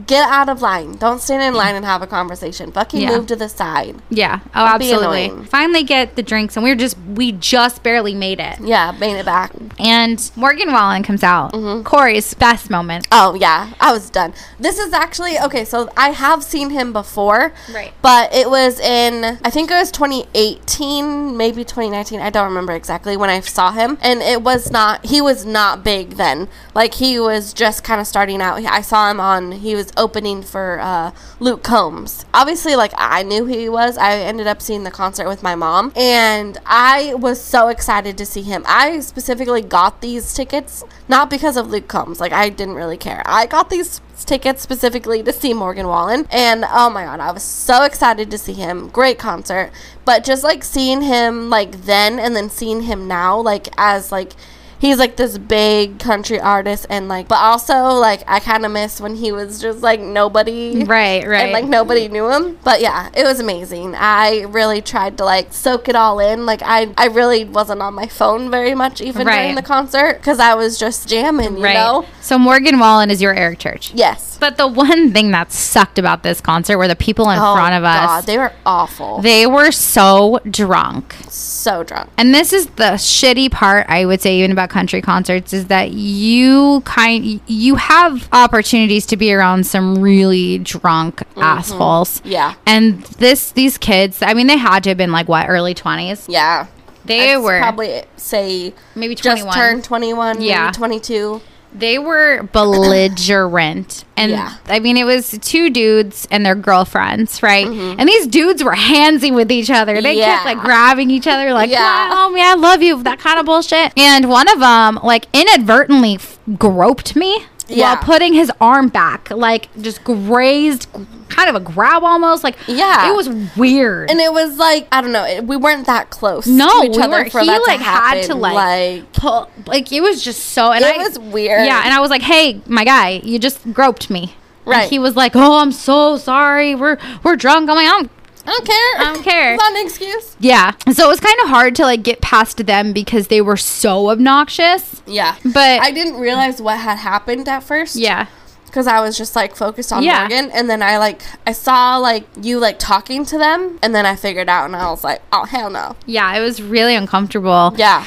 A: get out of line. Don't stand in line and have a conversation. Fucking
B: Yeah.
A: move to the side.
B: Yeah. Oh,
A: Don't be
B: absolutely.
A: annoying.
B: Finally get the drinks and we were just, we just barely made it.
A: Yeah, bring it back.
B: And Morgan Wallen comes out.
A: Mm-hmm.
B: Corey's best moment.
A: Oh yeah, I was done. This is actually okay. So I have seen him before,
B: Right.
A: But it was in I think it was 2018, maybe 2019. I don't remember exactly when I saw him, and it was not. He was not big then. Like he was just kind of starting out. I saw him on. He was opening for uh, Luke Combs. Obviously, like I knew who he was. I ended up seeing the concert with my mom, and I was so excited to see him. I specifically got these tickets not because of Luke Combs. Like I didn't really care. I got these tickets specifically to see Morgan Wallen. And oh my god, I was so excited to see him. Great concert. But just like seeing him like then and then seeing him now, like as like he's like this big country artist and like but also like I kinda miss when he was just like nobody.
B: Right, right.
A: And like nobody knew him. But yeah, it was amazing. I really tried to like soak it all in. Like I I really wasn't on my phone very much even
B: Right.
A: during the concert because I was just jamming, you
B: right.
A: know?
B: So Morgan Wallen is your Eric Church.
A: Yes.
B: But the one thing that sucked about this concert were the people
A: Oh,
B: in front of us.
A: they were awful.
B: They were so drunk.
A: so drunk.
B: And this is the shitty part I would say even about country concerts is that you kind you have opportunities to be around some really drunk assholes.
A: Mm-hmm. Yeah.
B: And this these kids, I mean they had to have been like what early 20s.
A: Yeah.
B: They
A: I'd
B: were.
A: probably say
B: Maybe
A: just
B: 21.
A: turned 21,
B: Yeah.
A: maybe 22.
B: They were belligerent. And
A: Yeah.
B: I mean, it was two dudes and their girlfriends, right? And these dudes were handsy with each other. They
A: Mm-hmm. Yeah.
B: kept like grabbing each other, like,
A: Yeah.
B: yeah. oh, homie, I love you, that kind of bullshit. And one of them, like, inadvertently f- groped me
A: Yeah.
B: while putting his arm back, like, just grazed, kind of a grab almost. Like,
A: Yeah.
B: it was weird.
A: And it was like, I don't know, it, we weren't that close.
B: no,
A: to each
B: we
A: other
B: were,
A: for
B: he
A: that
B: like
A: to
B: had to
A: happen,
B: like, pull, like it was just so. And
A: it
B: I
A: was weird.
B: Yeah, and I was like, "Hey, my guy, you just groped me." And
A: Right.
B: he was like, "Oh, I'm so sorry. We're we're drunk." I'm like, "I'm."
A: I don't care.
B: I don't care.
A: it's not an excuse.
B: Yeah. So it was kind of hard to like get past them because they were so obnoxious.
A: Yeah.
B: But-
A: I didn't realize what had happened at first.
B: Yeah.
A: because I was just like focused on
B: Yeah.
A: Morgan, and then I like I saw like you like talking to them, and then I figured out, and I was like, oh hell no,
B: Yeah, it was really uncomfortable.
A: yeah,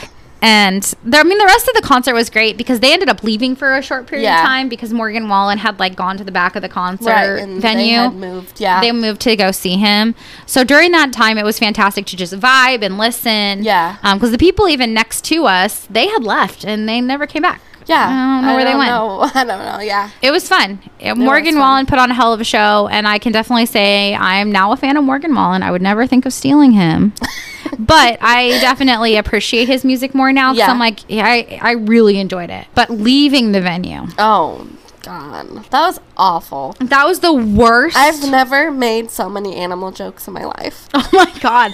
B: And the, I mean, the rest of the concert was great because they ended up leaving for a short period
A: Yeah.
B: of time because Morgan Wallen had like gone to the back of the concert
A: and
B: venue.
A: they had moved, yeah,
B: they moved to go see him. So during that time, it was fantastic to just vibe and listen.
A: Yeah.
B: Because the people even next to us, they had left and they never came back.
A: yeah.
B: I don't know where they went.
A: know. I don't know. Yeah,
B: It was fun. Yeah, Morgan
A: fun.
B: Wallen put on a hell of a show, and I can definitely say I am now a fan of Morgan Wallen. I would never think of stealing him. but I definitely appreciate his music more now because
A: Yeah.
B: I'm like, yeah, I, I really enjoyed it. But leaving the venue,
A: oh god, that was awful.
B: that was the worst.
A: I've never made so many animal jokes in my life.
B: oh my God.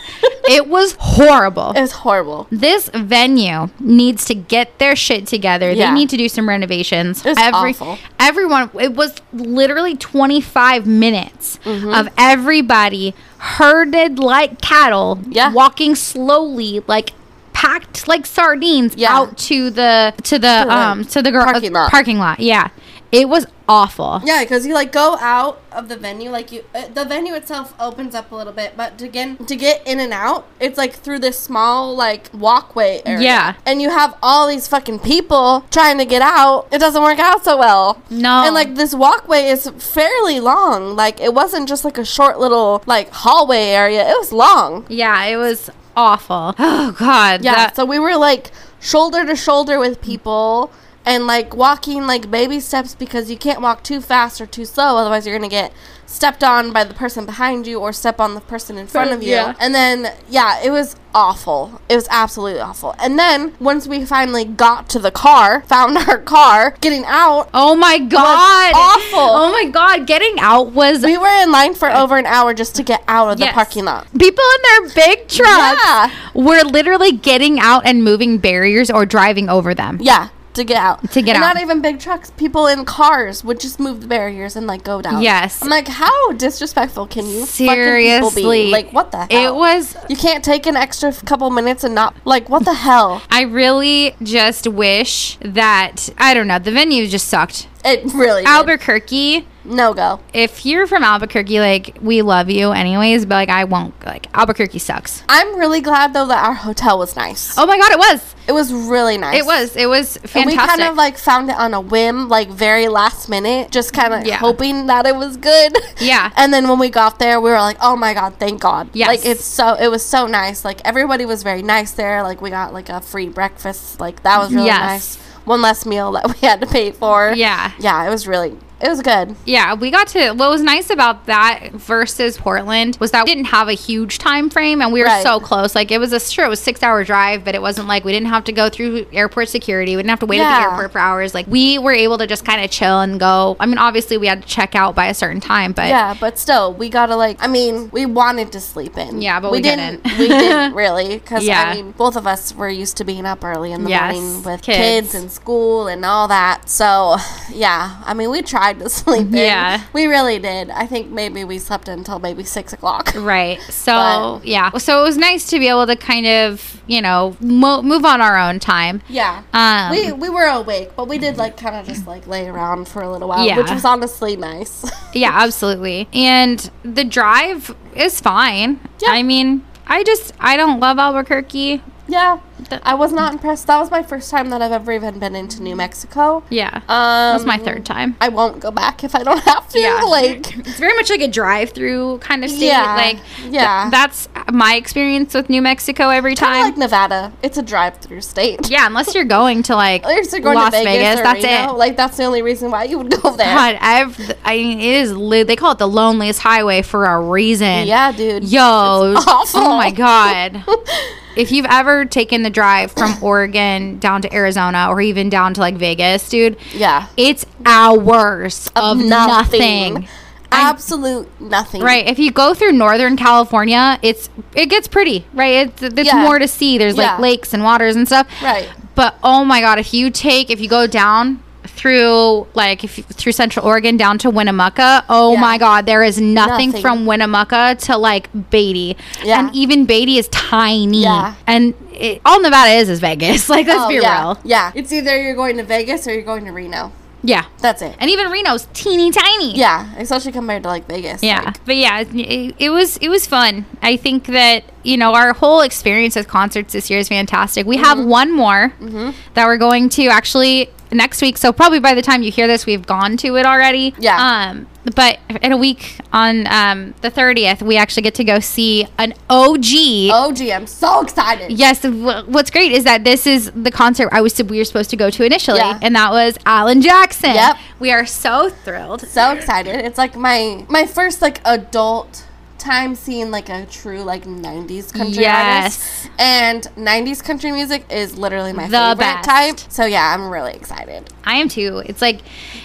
B: it was horrible.
A: It was horrible.
B: this venue needs to get their shit together.
A: Yeah.
B: They need to do some renovations.
A: was awful.
B: everyone it was literally 25 minutes
A: Mm-hmm.
B: of everybody herded like cattle,
A: Yeah.
B: walking slowly like packed like sardines
A: Yeah.
B: out to the to the
A: the
B: um to the girl
A: parking lot.
B: parking lot. Yeah. It was awful.
A: Yeah, because you like go out of the venue, like you, uh, the venue itself opens up a little bit, but to get to get in and out, it's like through this small like walkway area.
B: Yeah.
A: and you have all these fucking people trying to get out. It doesn't work out so well.
B: No.
A: and like this walkway is fairly long. Like it wasn't just like a short little like hallway area. It was long.
B: Yeah, it was awful. Oh god.
A: Yeah,
B: that-
A: so we were like shoulder to shoulder with people and like walking like baby steps because you can't walk too fast or too slow, otherwise you're gonna get stepped on by the person behind you or step on the person in front of you.
B: Yeah.
A: And then yeah, it was awful. It was absolutely awful. And then once we finally got to the car, found our car, getting out,
B: Oh my god!
A: awful.
B: Oh my god! Getting out was
A: we were in line for over an hour just to get out of the
B: Yes.
A: parking lot.
B: People in their big trucks
A: Yeah.
B: were literally getting out and moving barriers or driving over them.
A: Yeah. To get out.
B: To get
A: And
B: out.
A: Not even big trucks. People in cars would just move the barriers and like go down.
B: Yes.
A: I'm like, how disrespectful can you fucking people
B: Seriously.
A: be? Like, what the hell?
B: It was.
A: You can't take an extra f- couple minutes and not like what the hell?
B: I really just wish that I don't know. The venue just sucked.
A: It really did.
B: Albuquerque.
A: no go.
B: If you're from Albuquerque, like we love you anyways, but like I won't. Like Albuquerque sucks.
A: I'm really glad though that our hotel was nice.
B: Oh my god! It was.
A: It was really nice.
B: It was. It was
A: And we
B: fantastic.
A: kind of like found it on a whim, like very last minute, just kind of
B: Yeah.
A: hoping that it was good.
B: Yeah.
A: And then when we got there, we were like, "Oh my god, thank God!"
B: Yes.
A: Like it's so it was so nice. Like everybody was very nice there. Like we got like a free breakfast. Like that was really
B: Yes.
A: nice. One less meal that we had to pay for.
B: yeah.
A: Yeah, it was really it was good.
B: Yeah, we got to what was nice about that versus Portland was that we didn't have a huge time frame and we were
A: Right.
B: so close. Like it was a sure it was six hour drive, but it wasn't like we didn't have to go through airport security. We didn't have to wait at
A: Yeah.
B: the airport for hours. Like we were able to just kind of chill and go. I mean, obviously we had to check out by a certain time, but
A: Yeah, but still, we gotta like. I mean, we wanted to sleep in.
B: Yeah, but we didn't.
A: we didn't really because
B: Yeah.
A: I mean, both of us were used to being up early in the
B: Yes,
A: morning with
B: kids.
A: kids. and school and all that. So yeah, I mean, we tried to sleep in.
B: Yeah.
A: we really did. I think maybe we slept until maybe six o'clock.
B: Right. So,
A: But-
B: yeah. So it was nice to be able to kind of, you know, mo- move on our own time.
A: Yeah.
B: Um,
A: we, we were awake, but we did like kind of just like lay around for a little while,
B: Yeah.
A: which was honestly nice.
B: Yeah, absolutely. And the drive is fine.
A: Yeah.
B: I mean, I just I don't love Albuquerque.
A: yeah,
B: Th-
A: I was not impressed. That was my first time that I've ever even been into New Mexico.
B: Yeah.
A: Um,
B: That's my third time.
A: I won't go back if I don't have to.
B: Yeah.
A: Like,
B: It's very much like a drive-through kind of state.
A: Yeah,
B: Like,
A: yeah.
B: that's my experience with New Mexico every
A: Kinda
B: time.
A: like Nevada. It's a drive-through state.
B: yeah, unless you're going to like
A: Unless you're going
B: Las
A: to Vegas,
B: Vegas,
A: or
B: that's
A: Reno,
B: it.
A: Like that's the only reason why you would go there.
B: God, I've, I mean, it is. Li- they call it the loneliest highway for a reason.
A: Yeah, dude.
B: Yo,
A: It's awful.
B: oh my god. if you've ever taken the drive from Oregon down to Arizona or even down to like Vegas, dude,
A: Yeah.
B: it's hours of, nothing.
A: Absolute nothing.
B: Right. If you go through Northern California, it's it gets pretty, right? It's it's
A: Yeah.
B: more to see. There's
A: Yeah.
B: like lakes and waters and stuff.
A: Right.
B: But oh my god, if you take if you go down through like if you, through Central Oregon down to Winnemucca, oh
A: Yeah.
B: my god, there is nothing,
A: Nothing.
B: from Winnemucca to like Beatty.
A: Yeah.
B: And even Beatty is tiny.
A: Yeah.
B: And it, all Nevada is is Vegas. Like let's
A: Oh,
B: be
A: yeah.
B: real.
A: Yeah. It's either you're going to Vegas or you're going to Reno.
B: Yeah.
A: That's it.
B: And even Reno's teeny tiny.
A: Yeah, especially compared to like Vegas.
B: Yeah,
A: Like,
B: but yeah, it, it was it was fun. I think that you know our whole experience with concerts this year is fantastic. We have
A: Mm-hmm.
B: one more that we're going to actually next week. So probably by the time you hear this, we've gone to it already.
A: Yeah.
B: Um, but in a week on um, the thirtieth, we actually get to go see an OG
A: oh, gee, I'm so excited.
B: Yes, wh- what's great is that this is the concert I was we were supposed to go to initially,
A: Yeah.
B: and that was Alan Jackson.
A: Yep.
B: we are so thrilled.
A: So excited. It's like my my first like adult time seeing like a true like 90s country
B: Yes.
A: artist. And 90s country music is literally my
B: The
A: favorite
B: best.
A: type. So yeah, I'm really excited.
B: I am too. It's like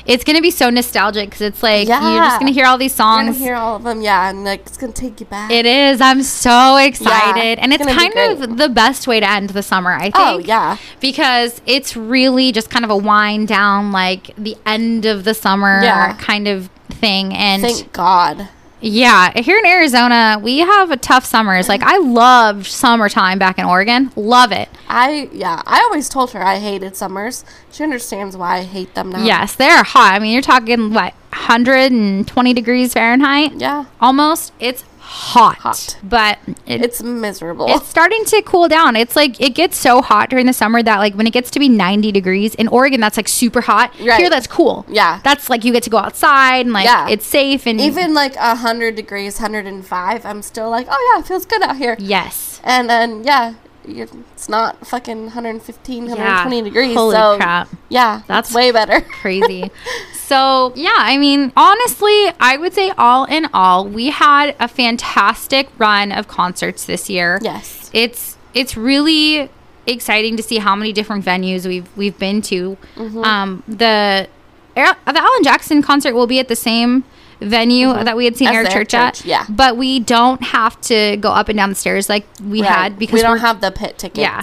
B: it's gonna be so nostalgic because it's like you're
A: Yeah.
B: just gonna hear all these
A: I'm going
B: songs.
A: to hear all of them. Yeah, and like it's going to take you back.
B: it is. I'm so excited, and it's
A: gonna be
B: kind of the best way to end the summer. I think.
A: Oh, yeah.
B: because it's really just kind of a wind down, like the end of the summer
A: Yeah.
B: kind of thing. And
A: Thank God.
B: yeah, here in Arizona, we have a tough summers. Like I loved summertime back in Oregon. Love it.
A: I yeah, I always told her I hated summers. She understands why I hate them now.
B: Yes, they're hot. I mean, you're talking what 120 degrees Fahrenheit.
A: Yeah.
B: almost it's hot,
A: Hot.
B: but it, it's
A: It's miserable.
B: it's starting to cool down it's like it gets so hot during the summer that like when it gets to be 90 degrees in oregon that's like super hot
A: Right.
B: here that's cool
A: Yeah.
B: that's like you get to go outside and like
A: Yeah.
B: it's safe and
A: even like a hundred degrees, hundred and five, I'm still like, oh yeah, it feels good out here.
B: yes
A: And then yeah, you- it's not fucking 115, 120
B: Yeah.
A: degrees.
B: Holy
A: so,
B: crap.
A: Yeah,
B: That's-
A: that's way better.
B: crazy so yeah i mean honestly i would say all in all we had a fantastic run of concerts this year
A: yes.
B: it's it's really exciting to see how many different venues we've we've been to.
A: Mm-hmm.
B: Um, the Ar- the Alan Jackson concert will be at the same venue that we had seen
A: Mm-hmm. As
B: Eric
A: the
B: Church
A: Eric
B: at.
A: Church, yeah.
B: but we don't have to go up and down the stairs like we
A: Right.
B: had because
A: we don't
B: we're-
A: have the pit tickets.
B: yeah.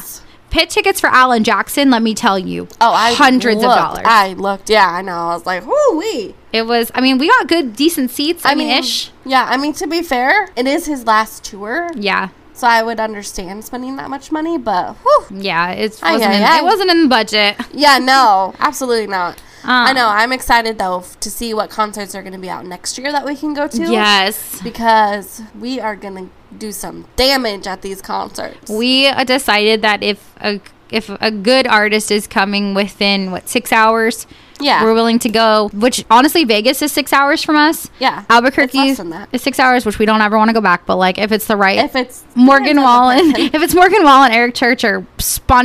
B: Pit tickets for Alan Jackson, let me tell you,
A: Oh, I
B: hundreds
A: looked.
B: of dollars.
A: I looked. Yeah, I know. I was like, "Whoo wee!"
B: it was, I mean, we got good, decent seats. I, mean, ish,
A: Yeah, I mean to be fair, it is his last tour,
B: yeah,
A: so I would understand spending that much money. But whew,
B: yeah. It
A: Ay,
B: wasn't,
A: ay,
B: in,
A: ay.
B: it wasn't in the budget.
A: Yeah, no, absolutely not. I
B: Um,
A: know. I'm excited though f- to see what concerts are going to be out next year that we can go to.
B: Yes,
A: because we are going to do some damage at these concerts.
B: We uh, decided that if a if a good artist is coming within what six hours,
A: Yeah.
B: we're willing to go. Which honestly, Vegas is six hours from us.
A: Yeah,
B: Albuquerque
A: it's less than that.
B: is six hours, which we don't ever want to go back. But like, if it's the right,
A: if it's
B: Morgan
A: another
B: Wallen,
A: person.
B: if it's Morgan Wallen, Eric Church are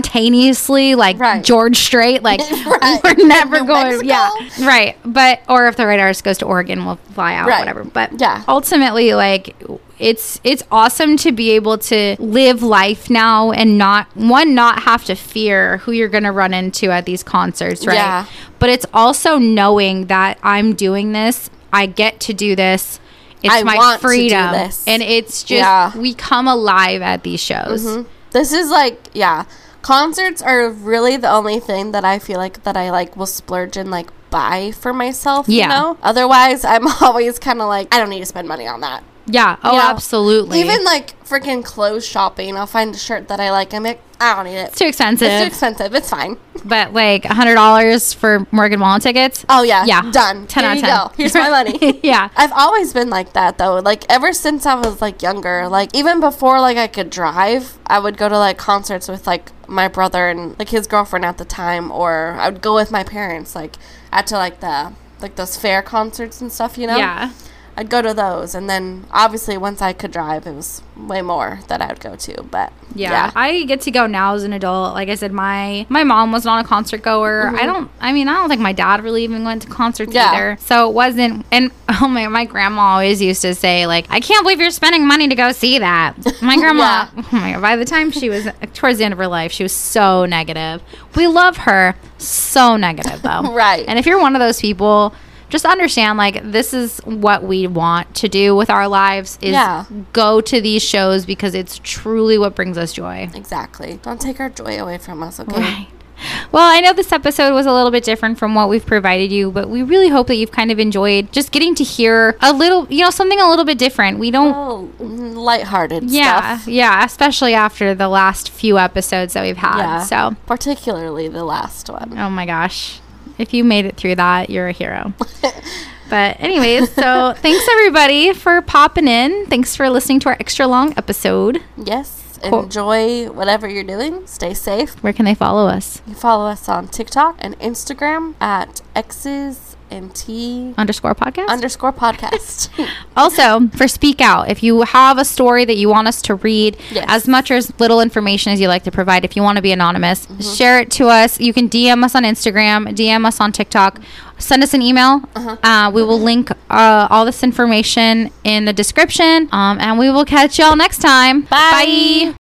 B: spontaneously like
A: Right.
B: George Strait, like
A: Right.
B: we're never
A: New
B: going,
A: Mexico.
B: yeah, right. But or if the right artist goes to Oregon, we'll fly out,
A: Right.
B: whatever. But
A: Yeah.
B: ultimately, like it's it's awesome to be able to live life now and not one not have to fear who you're going to run into at these concerts, right?
A: Yeah.
B: But it's also knowing that I'm doing this, I get to do this. It's
A: I
B: my
A: want to do
B: freedom,
A: this.
B: and it's just
A: Yeah.
B: we come alive at these shows.
A: Mm-hmm. this is like yeah, concerts are really the only thing that I feel like that I like will splurge and like buy for myself.
B: Yeah.
A: You know, otherwise I'm always kind of like I don't need to spend money on that.
B: Yeah. Oh,
A: you know?
B: absolutely.
A: Even like freaking clothes shopping, I'll find a shirt that I like. I'm like, I don't need it.
B: it's too expensive,
A: It's too expensive. It's fine.
B: but like hundred dollars for Morgan Wallen tickets.
A: Oh yeah,
B: Yeah.
A: Done.
B: 10
A: Here
B: out of
A: you
B: 10.
A: go. Here's my money.
B: yeah.
A: I've always been like that though. Like ever since I was like younger, like even before like I could drive, I would go to like concerts with like my brother and like his girlfriend at the time, or I would go with my parents like at to like the like those fair concerts and stuff, you know.
B: Yeah.
A: I'd go to those, and then obviously once I could drive, it was way more that I would go to. But
B: Yeah. I get to go now as an adult. Like I said, my my mom was not a concert goer. I don't. I mean, I don't think my dad really even went to concerts
A: Mm-hmm. Yeah.
B: either. So it wasn't. And oh my, my grandma always used to say like, I can't believe you're spending money to go see that. My grandma.
A: Yeah.
B: Oh my god. By the time she was towards the end of her life, she was so negative. We love her. So negative though.
A: Right.
B: And if you're one of those people. Just understand, like, this is what we want to do with our lives is
A: Yeah.
B: go to these shows because it's truly what brings us joy.
A: exactly. Don't take our joy away from us, okay?
B: Right. Well, I know this episode was a little bit different from what we've provided you, but we really hope that you've kind of enjoyed just getting to hear a little, you know, something a little bit different. We don't
A: Oh, mm, lighthearted
B: yeah,
A: stuff.
B: yeah, especially after the last few episodes that we've had.
A: Yeah.
B: So,
A: Particularly the last one.
B: oh my gosh. If you made it through that, you're a hero. but anyways, so thanks everybody for popping in. Thanks for listening to our extra long episode.
A: Yes.
B: Cool.
A: Enjoy whatever you're doing. Stay safe.
B: Where can they follow us?
A: You follow us on TikTok and Instagram at X's and T
B: Underscore podcast.
A: underscore podcast.
B: Also, for Speak Out, if you have a story that you want us to read,
A: Yes.
B: as much or as little information as you like to provide, if you want to be anonymous,
A: Mm-hmm.
B: share it to us. You can DM us on Instagram, DM us on TikTok, send us an email.
A: Uh-huh.
B: uh we will link uh, all this information in the description, um, and we will catch y'all next time.
A: Bye.